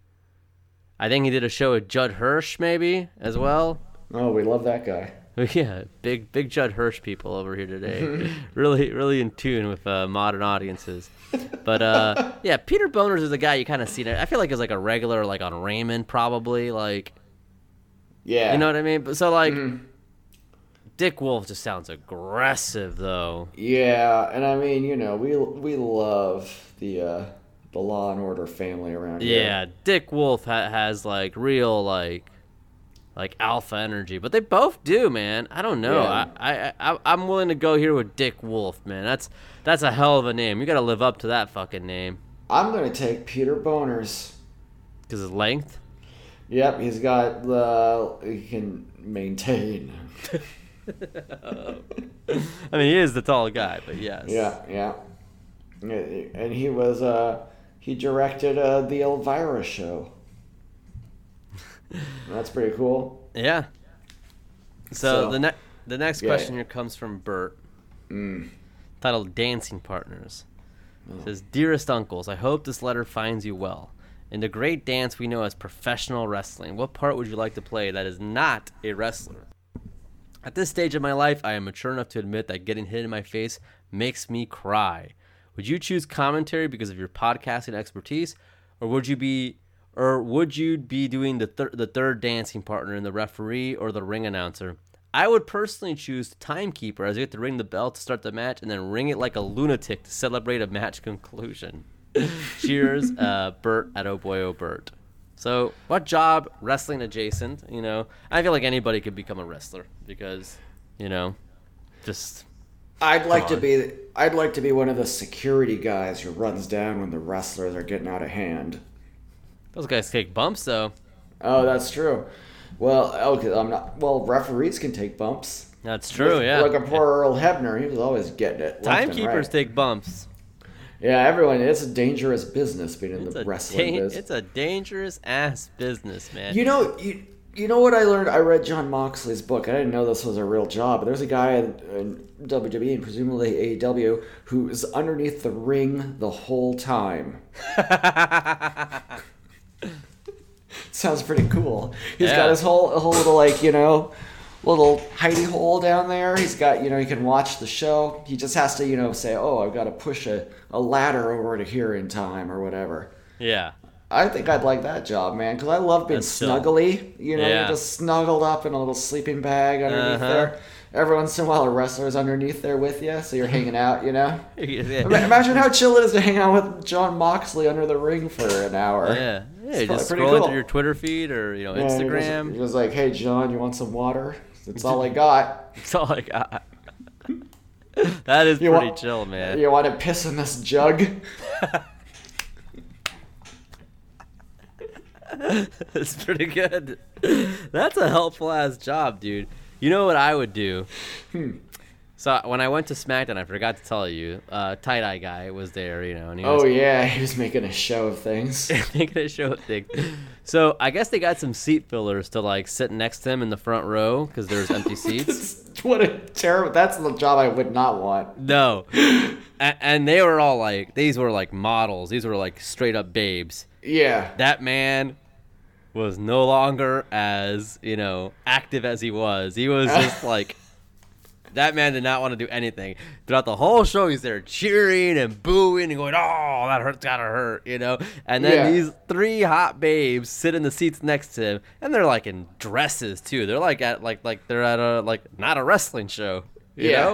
I think he did a show with Judd Hirsch maybe as well.
Oh, we love that guy.
Yeah, big big Judd Hirsch people over here today. really really in tune with uh, modern audiences. But uh, yeah, Peter Boners is a guy you kind of see there. I feel like he's like a regular like on Raymond probably like
Yeah,
you know what I mean? But so like Dick Wolf just sounds aggressive though.
yeah, and I mean, you know, we we love the uh, the Law and Order family around here.
Yeah, Dick Wolf ha- has like real like like alpha energy, but they both do, man. I don't know.
Yeah.
I, I I I'm willing to go here with Dick Wolf, man. That's that's a hell of a name. You got to live up to that fucking name
I'm gonna take Peter Boners.
because of length.
Yep, he's got the he can maintain.
I mean, he is the tall guy, but yes.
Yeah, yeah, and he was uh he directed uh, the Elvira show. That's pretty cool.
Yeah. So,
So-
the next the next
Yeah.
question here comes from Bert. Titled Dancing Partners. It says, Dearest uncles, I hope this letter finds you well. In the great dance we know as professional wrestling, what part would you like to play that is not a wrestler? At this stage of my life, I am mature enough to admit that getting hit in my face makes me cry. Would you choose commentary because of your podcasting expertise, or would you be, or would you be doing the thir- the third dancing partner in the referee or the ring announcer? I would personally choose timekeeper as you get to ring the bell to start the match and then ring it like a lunatic to celebrate a match conclusion. Cheers, uh, Bert at Oh Boy Oh Bert. So, what job wrestling adjacent? You know, I feel like anybody could become a wrestler because, you know, just
I'd like
Come
to
on.
be I'd like to be one of the security guys who runs down when the wrestlers are getting out of hand.
Those guys take bumps though.
Oh, that's true. Well, okay, I'm not. Well, referees can take bumps.
That's true. Yeah.
Like a poor Earl Hebner, he was always getting it. left and
Timekeepers
right.
take bumps.
Yeah, everyone. It's a dangerous business being in
It's
the
a,
wrestling
dan-
business.
it's a dangerous ass business, man.
You know, you, you know what I learned? I read John Moxley's book. I didn't know this was a real job. There's a guy in, in WWE and presumably AEW who is underneath the ring the whole time. Sounds pretty cool. He's
Yeah.
got his whole a whole little like you know little hidey hole down there. He's got you know he can watch the show. He just has to you know say oh I've got to push a, a ladder over to here in time or whatever.
yeah.
I think I'd like that job, man, because I love being
That's chill.
snuggly. You know,
Yeah.
you're just snuggled up in a little sleeping bag underneath
Uh-huh.
there. Every once in a while, a wrestler's underneath there with you, so you're hanging out. You know, Ima-
yeah.
imagine how chill it is to hang out with John Moxley under the ring for an hour.
Yeah.
It's
you're
probably
just
pretty
scrolling
cool.
through your Twitter feed or you know
Yeah, you're just-
Instagram.
You're just, like, hey, John, you want some water? That's all I got.
That's all I got. that is
You
pretty
want-
chill, man.
You want to piss in this jug?
That's pretty good. That's a helpful ass job, dude. You know what I would do? So when I went to SmackDown, I forgot to tell you, uh, tie dye guy was there, you know, and he was
Oh yeah, he was making a show of things.
making a show of things. So I guess they got some seat fillers to like sit next to him in the front row because there's empty seats.
what a terrible. That's the job I would not want.
No. A- and they were all like, these were like models. These were like straight up babes.
Yeah.
That man was no longer as, you know, active as he was. He was just like, that man did not want to do anything. Throughout the whole show, he's there cheering and booing and going, oh, that hurt's gotta hurt, you know? And then
Yeah.
these three hot babes sit in the seats next to him, and they're like in dresses too. They're like at, like, like they're at a, like, not a wrestling show, you
Yeah.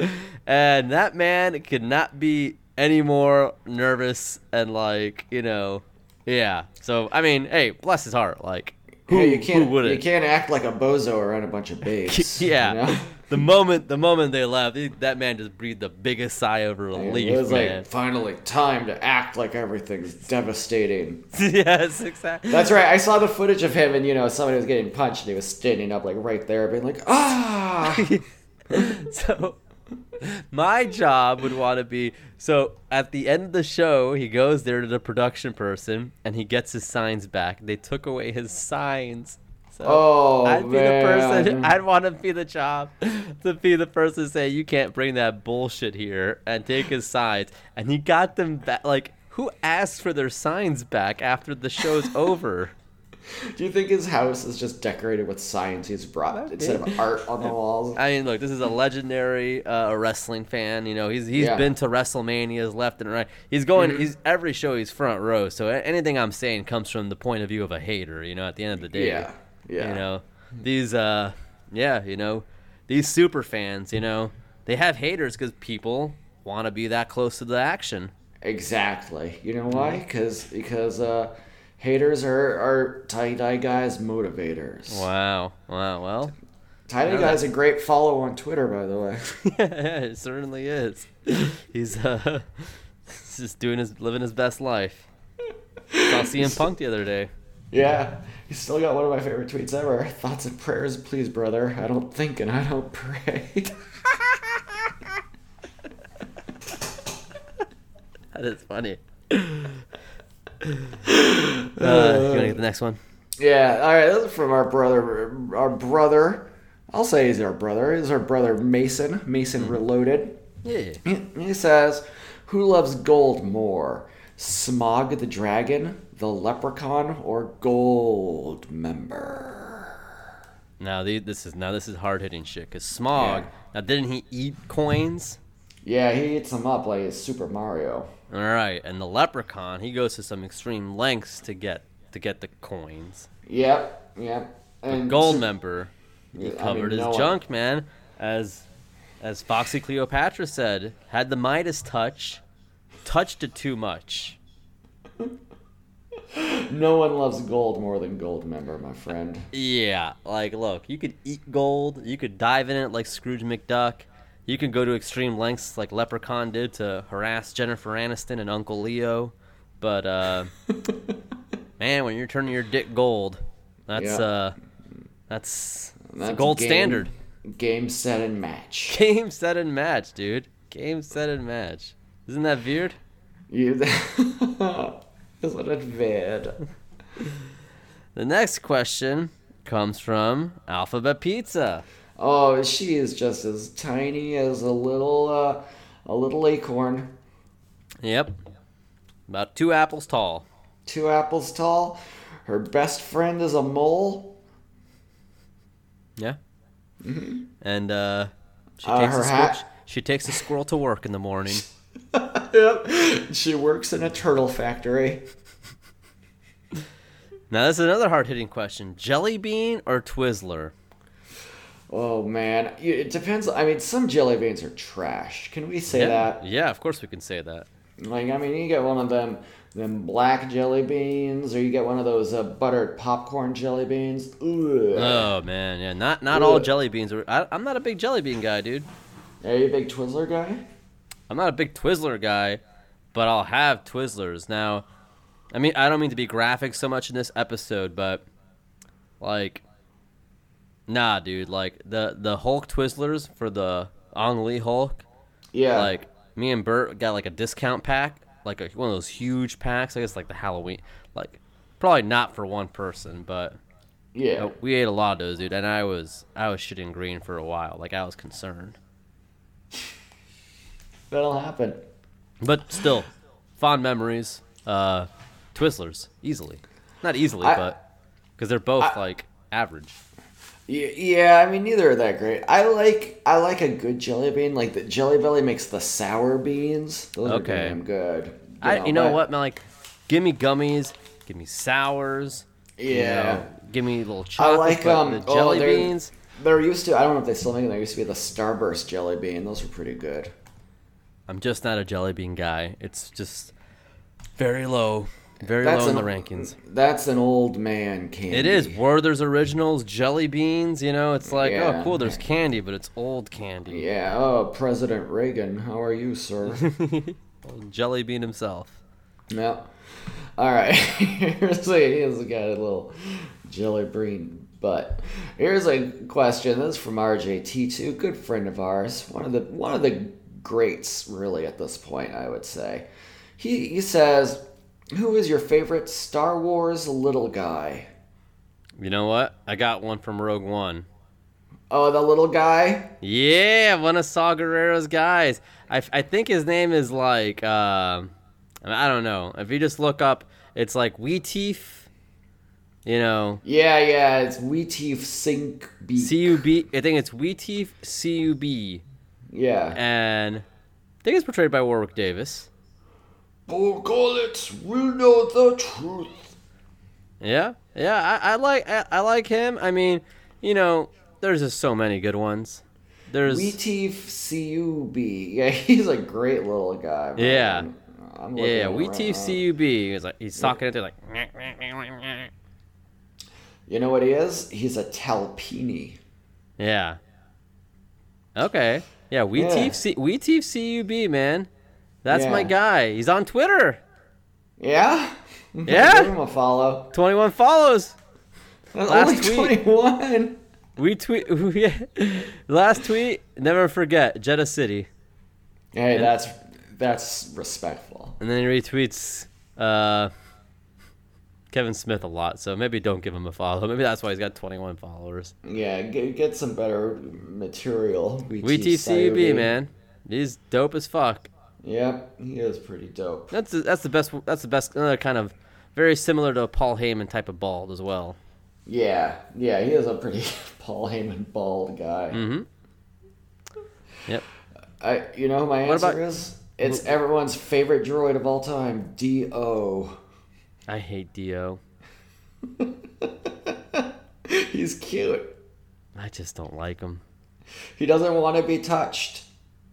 know? and that man could not be any more nervous and like you know yeah so i mean hey bless his heart like who,
yeah, you can't
who wouldn't
you can't act like a bozo around a bunch of babes.
yeah
you know?
the moment the moment they left he- that man just breathed the biggest sigh of
And
relief
it was like
man.
finally time to act like everything's devastating.
yes exactly
That's right. I saw the footage of him and you know somebody was getting punched and he was standing up like right there being like ah.
so my job would want to be so at the end of the show he goes there to the production person and he gets his signs back they took away his signs so
Oh
I'd be
man.
the person. I'd want to be the job to be the person to say you can't bring that bullshit here and take his signs. And he got them back. Like who asked for their signs back after the show's over?
Do you think his house is just decorated with signs he's brought instead of art on the walls?
I mean, look, this is a legendary uh, wrestling fan. You know, he's he's
Yeah. Mm-hmm.
been to WrestleManias left and right. He's going. He's every show. He's front row. So a- anything I'm saying comes from the point of view of a hater. You know, at the end of the day.
Yeah. Yeah.
you know these uh yeah you know these super fans you know they have haters because people want to be that close to the action
Exactly. You know why? Because because uh, haters are are tie dye guys motivators.
wow wow well
Tie dye guy's a great follow on Twitter, by the way.
yeah it certainly is he's uh he's just doing his living his best life saw CM Punk the other day
Yeah, he's still got one of my favorite tweets ever. Thoughts and prayers, please, brother. I don't think and I don't pray.
that is funny uh, you
Uh,
want to get the next one
yeah, all right. This is from our brother. Our brother. I'll say he's our brother. He's our brother Mason. Mason Reloaded.
yeah
He he says, "Who loves gold more, Smog the Dragon, the Leprechaun, or Gold Member?"
now the, this is now this is hard hitting shit because Smog now didn't he eat coins
Yeah, he eats them up like it's Super Mario.
All right, and the leprechaun, he goes to some extreme lengths to get to get the coins.
Yep, yep. And
Gold
Su-
member, he
I
covered
mean,
his
no one-
junk, man. As as Foxy Cleopatra said, had the Midas touch, touched it too much.
No one loves gold more than Gold Member, my friend.
Yeah, like look, you could eat gold, you could dive in it like Scrooge McDuck, you can go to extreme lengths like Leprechaun did to harass Jennifer Aniston and Uncle Leo, but uh man, when you're turning your dick gold, that's
Yeah.
uh, that's, it's
That's
the gold
game-
standard.
Game, set, and match.
Game set and match, dude. Game set and match. Isn't that weird?
You, isn't it bad?
The next question comes from Alphabet Pizza.
Oh, she is just as tiny as a little, uh, a little acorn.
Yep, about two apples tall.
Two apples tall. Her best friend is a mole.
Yeah. And uh, she
Mm-hmm. Uh,
takes
her
a squirrel,
hat-
she takes a squirrel to work in the morning.
Yep. She works in a turtle factory.
Now this is another hard hitting question: Jelly bean or Twizzler?
Oh man, You- it depends. I mean, some jelly beans are trash. Can we say
Yeah,
that?
yeah, of course we can say that.
Like, I mean, you get one of them, them black jelly beans, or you get one of those uh, buttered popcorn jelly beans. Ugh.
Oh man, yeah, not not all
Ugh.
jelly beans. Are, I, I'm not a big jelly bean guy, dude.
Are you a big Twizzler guy?
I'm not a big Twizzler guy, but I'll have Twizzlers. Now, I mean, I don't mean to be graphic so much in this episode, but like, nah, dude. Like the the Hulk Twizzlers for the Ong Lee Hulk.
Yeah.
Like me and Bert got like a discount pack, like a, one of those huge packs. I guess like the Halloween, like probably not for one person, but
yeah.
uh, we ate a lot of those, dude. And I was I was shitting green for a while. Like I was concerned,
That'll happen.
but still, fond memories. Uh, Twizzlers easily, not easily,
I-
but because they're both
I-
like average.
Y- Yeah, I mean neither are that great. I like I like a good jelly bean. Like the Jelly Belly makes the sour beans. Those
Okay.
are damn good.
I you know
but-
what man? Like, give me gummies, give me sours. you
Yeah.
know, give me little
I
chocolate.
like
but
um
the
oh,
jelly
there-
beans.
There used to I don't know if they still make them. There used to be the Starburst jelly bean. Those were pretty good.
I'm just not a jelly bean guy. It's just very low, very
That's
low in the
an-
rankings.
That's an old man candy.
It is Werther's Originals jelly beans. You know, it's like
Yeah.
oh cool, there's candy, but it's old candy.
Yeah. Oh, President Reagan, how are you, sir?
Old jelly bean himself.
No. All right. Here's a here's a guy with a little jelly bean butt. Here's a question. This is from RJT2, good friend of ours, one of the one of the greats really at this point, I would say. He he says, "Who is your favorite Star Wars little guy?"
You know what? I got one from Rogue One.
Oh, the little guy.
Yeah, one of Saw Gerrera's guys. I, I think his name is like um I mean, I don't know. If you just look up, it's like Weetief. You know,
Yeah, yeah. It's Weetief Sink Beak.
CUB. I think it's Weetief CUB.
yeah.
and I think it's portrayed by Warwick Davis.
Oh, Borgolitz will know the truth.
Yeah, yeah, I, I like I, I like him. I mean, you know, there's just so many good ones. There's
WTFCUB. Yeah, he's a great little guy. man.
Yeah.
I'm looking
yeah,
him
we
right
teeth
now.
CUB. He's like he's talking it they're like
You know what he is? He's a Talpini.
yeah. Okay, yeah, we
Yeah.
teeth C- we teeth CUB man. That's my
Yeah.
guy. He's on Twitter.
Yeah?
Yeah?
Give him a follow.
21 follows.
That's
Last
only
tweet.
21.
We tweet. Last tweet. Never forget Jeddah City.
Hey, that's that's respectful.
And then he retweets uh, Kevin Smith a lot, so maybe don't give him a follow. Maybe that's why he's got 21 followers.
Yeah, get, get some better material.
WTCUB, man. He's dope as fuck.
Yep, he is pretty dope.
That's the, that's the best. That's the best. Another kind of very similar to a Paul Heyman type of bald as well.
Yeah, yeah, he is a pretty Paul Heyman bald guy.
Mm-hmm. Yep.
I, you know, who my answer
about-
is it's everyone's favorite droid of all time, Do.
I hate Dio.
He's cute.
I just don't like him.
He doesn't want to be touched.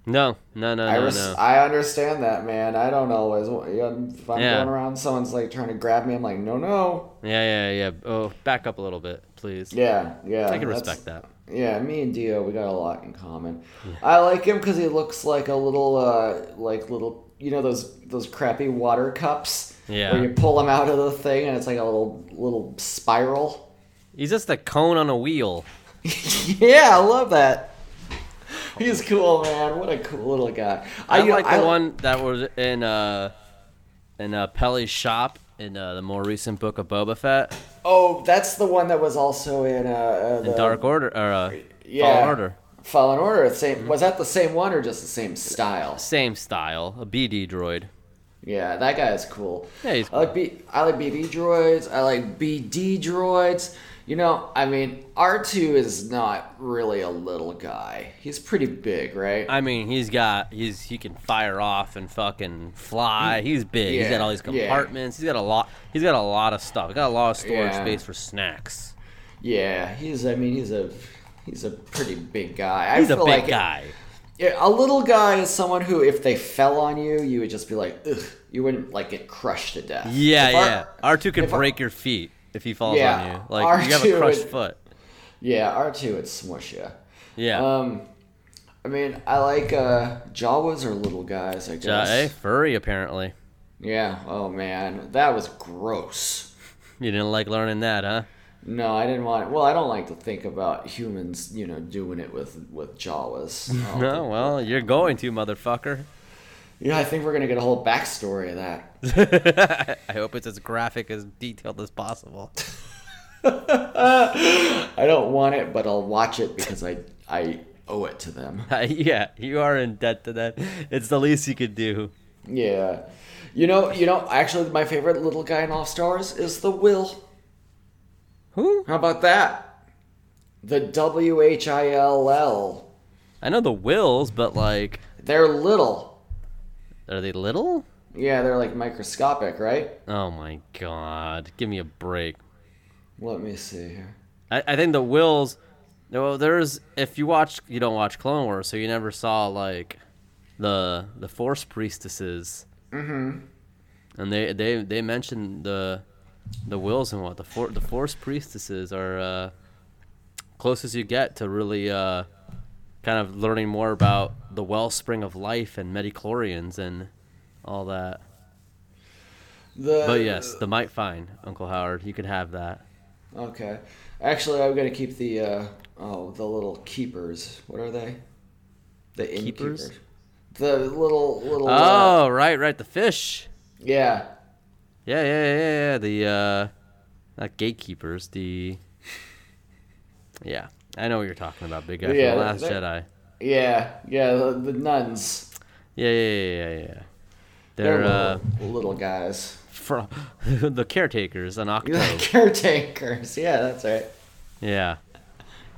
No, no, no,
I
no,
res-
no.
I understand that, man. I don't always. wa- you know, If I'm
Yeah.
going around, someone's like trying to grab me. I'm like, no, no.
Yeah, yeah, yeah. Oh, back up a little bit, please.
Yeah, yeah.
I can
that's-
respect that.
Yeah, me and Dio, we got a lot in common. I like him because he looks like a little, uh, like little, you know, those those crappy water cups.
Yeah.
Where you pull him out of the thing and it's like a little little spiral.
He's just a cone on a wheel.
yeah, I love that. He's cool, man. What a cool little guy.
I,
you know,
like the one that was in uh in uh Pelly's shop in uh, the more recent book of Boba Fett
Oh, that's the one that was also in uh, uh the
and Dark Order or uh,
yeah.
Fallen Order. Mm-hmm.
Fallen Order. Same was that the same one or just the same style?
Same style, a BD droid.
Yeah, that guy is cool.
Yeah, he's
I like B. I like BB droids. I like BD droids. You know, I mean, R two is not really a little guy. He's pretty big, right?
I mean, he's got he's he can fire off and fucking fly. He's big. he's got all these
Mm, Yeah, yeah.
compartments. He's got a lot. He's got a lot of stuff. He's got a lot of storage
Yeah.
space for snacks.
yeah, he's. I mean, he's a he's a pretty big guy. I
He's a
feel
big
like
guy.
Yeah, a little guy is someone who, if they fell on you, you would just be like, ugh. You wouldn't like get crushed to death.
Yeah,
If R-
yeah. R two can
if R-
break your feet if he falls on
Yeah,
you. Like you have
R2
a crushed
would-
foot.
yeah, R two would smush you.
Yeah.
Um, I mean, I like uh, Jawas are little guys. I guess.
Ja- eh? furry apparently.
Yeah. Oh man, that was gross.
You didn't like learning that, huh?
No, I didn't want. Well, I don't like to think about humans, you know, doing it with with Jawas. Oh.
No, well, you're going to, motherfucker.
Yeah, I think we're gonna get a whole backstory of that.
I hope it's as graphic as detailed as possible.
I don't want it, but I'll watch it because I I owe it to them.
yeah, you are in debt to that. It's the least you could do.
Yeah, you know, you know. Actually, my favorite little guy in All Stars is the Will.
Who?
How about that? The W H I L L.
I know the Wills, but like,
They're little.
are they little?
Yeah, they're like microscopic, right?
Oh my god, give me a break.
Let me see here.
I, I think the Wills. Well, there's if you watch, you don't watch Clone Wars, so you never saw like the the Force priestesses. Mm-hmm. And they they they mentioned the the Wills and what the for, the Force priestesses are uh, closest you get to really uh, kind of learning more about the wellspring of life and medichlorians and all that.
The,
But yes, the might find Uncle Howard. You could have that.
Okay. Actually, I'm gonna keep the uh, oh the little keepers. What are they? The
Keepers?
innkeepers. The little little. uh,
Oh, right, right. The fish.
yeah.
Yeah, yeah, yeah, yeah, yeah. The uh not gatekeepers, the Yeah. I know what you're talking about, big guy from
Yeah,
the Last
they're-
Jedi.
Yeah. Yeah. The, the nuns.
Yeah, yeah, yeah, yeah, yeah.
They're,
They're uh
little, little guys.
from the caretakers on
Like
Octo.
caretakers. Yeah, that's right.
yeah.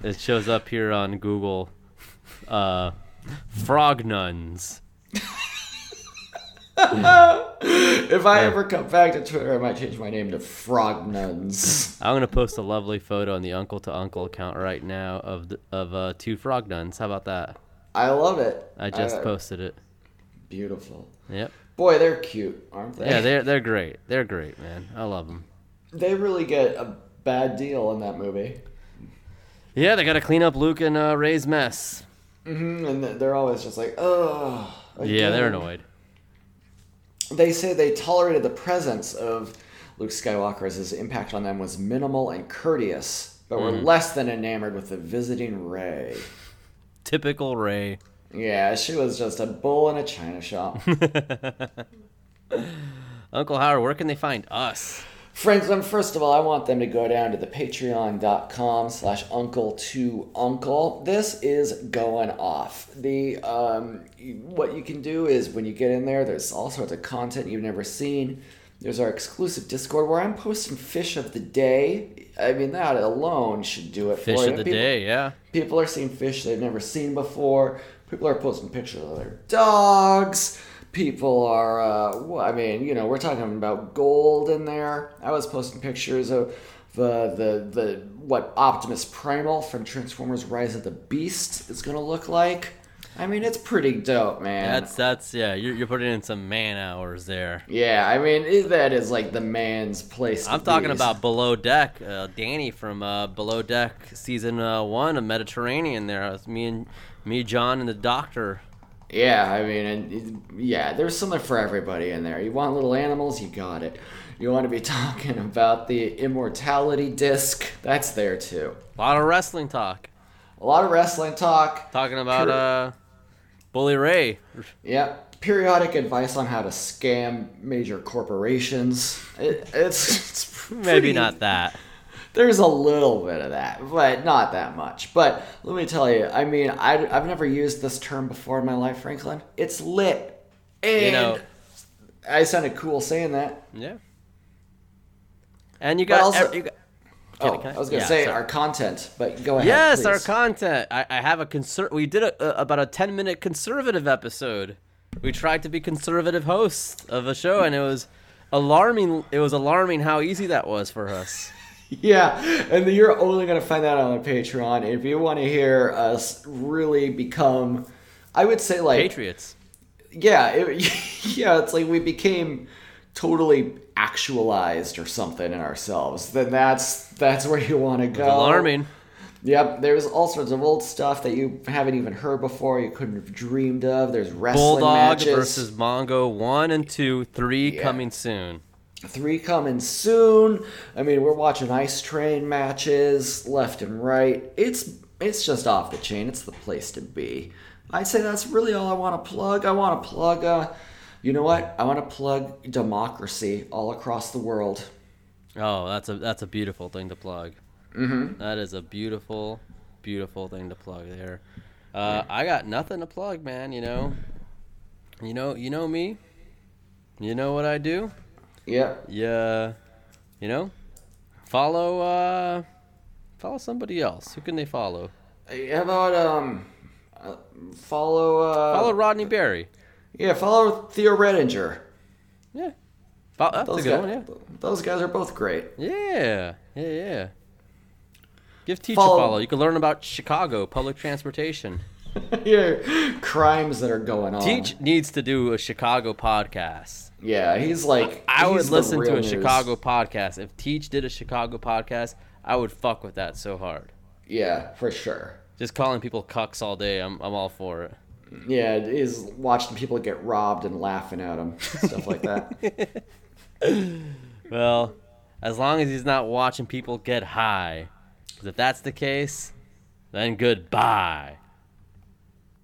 It shows up here on Google. Uh Frog nuns.
If I ever come back to Twitter, I might change my name to Frog Nuns.
I'm gonna post a lovely photo on the Uncle to Uncle account right now of the, of uh, two frog nuns. How about that?
I love it.
I just
Uh,
posted it.
Beautiful.
Yep.
Boy, they're cute, aren't they?
Yeah, they're they're great. They're great, man. I love them.
They really get a bad deal in that movie.
Yeah, they got to clean up Luke and uh, Ray's mess.
hmm and th- they're always just like, oh.
Yeah, they're annoyed.
They say they tolerated the presence of Luke Skywalker as his impact on them was minimal and courteous, but were
Mm.
less than enamored with the visiting Ray.
Typical Ray.
Yeah, she was just a bull in a china shop.
Uncle Howard, where can they find us?
Friends, um, first of all, I want them to go down to the patreon.com slash uncle to uncle. This is going off. The um, you- What you can do is when you get in there, there's all sorts of content you've never seen. There's our exclusive Discord where I'm posting fish of the day. I mean, that alone should do it
Fish
for you.
of the
People-
day, yeah.
People are seeing fish they've never seen before. People are posting pictures of their dogs. People are, uh, well, I mean, you know, we're talking about gold in there. I was posting pictures of the the the what Optimus Primal from Transformers: Rise of the Beast is gonna look like. I mean, it's pretty dope, man.
That's that's yeah. You're, you're putting in some man hours there.
yeah, I mean, it, that is like the man's place. to
I'm talking
be.
about below deck. Uh, Danny from uh, below deck season uh, one of Mediterranean. There, it's me and me, John, and the doctor.
Yeah, I mean, and it- yeah, there's something for everybody in there. You want little animals, you got it. You want to be talking about the immortality disc, that's there too.
A lot of wrestling talk.
A lot of wrestling talk.
Talking about
Sure.
uh, Bully Ray.
Yeah, periodic advice on how to scam major corporations. It, it's, it's
Maybe
pretty-
not that.
There's a little bit of that, but not that much. But let me tell you, I mean, I, I've never used this term before in my life, Franklin. It's lit. And
You know.
I sounded cool saying that.
Yeah. And you
But
got,
also-
ev- you got
Oh,
can I-
I was gonna
yeah,
say
sorry.
our content, but go ahead.
yes, our
please.
content. I, I have a concern. We did a, a, about a ten minute conservative episode. We tried to be conservative hosts of a show, and it was alarming. It was alarming how easy that was for us.
Yeah, and you're only gonna find that on the Patreon. If you want to hear us really become, I would say like
Patriots.
yeah, it, yeah, it's like we became totally actualized or something in ourselves. Then that's that's where you want to go.
Alarming.
Yep, there's all sorts of old stuff that you haven't even heard before, you couldn't have dreamed of. There's wrestling
Bulldog
matches.
versus Mongo one and two, three
Yeah.
coming soon.
Three coming soon. I mean, we're watching Ice Train matches left and right. It's it's just off the chain. It's the place to be. I'd say that's really all I want to plug. I want to plug. Uh, you know what? I want to plug democracy all across the world.
Oh, that's a that's a beautiful thing to plug. Mm-hmm. is a beautiful, beautiful thing to plug there. Uh, I got nothing to plug, man. You know, you know, you know me. You know what I do.
Yeah.
Yeah, you know, follow uh, follow somebody else. Who can they follow?
How about um, uh, follow uh,
Follow Rodney Berry.
yeah, follow Theo Redinger.
Yeah, Fo- that's a
Those
good
guys,
one. Yeah,
those guys are both great.
yeah, yeah, yeah. Give teacher
Follow-
follow. You can learn about Chicago public transportation.
yeah, crimes that are going on.
Teach needs to do a Chicago podcast.
Yeah, he's like
I
he's
would
the
listen to
real
a
news.
Chicago podcast. If Teach did a Chicago podcast, I would fuck with that so hard.
Yeah, for sure.
Just calling people cucks all day, I'm, I'm all for it.
Yeah, he's watching people get robbed and laughing at him, stuff like that.
Well, as long as he's not watching people get high. 'Cause if that's the case, then goodbye.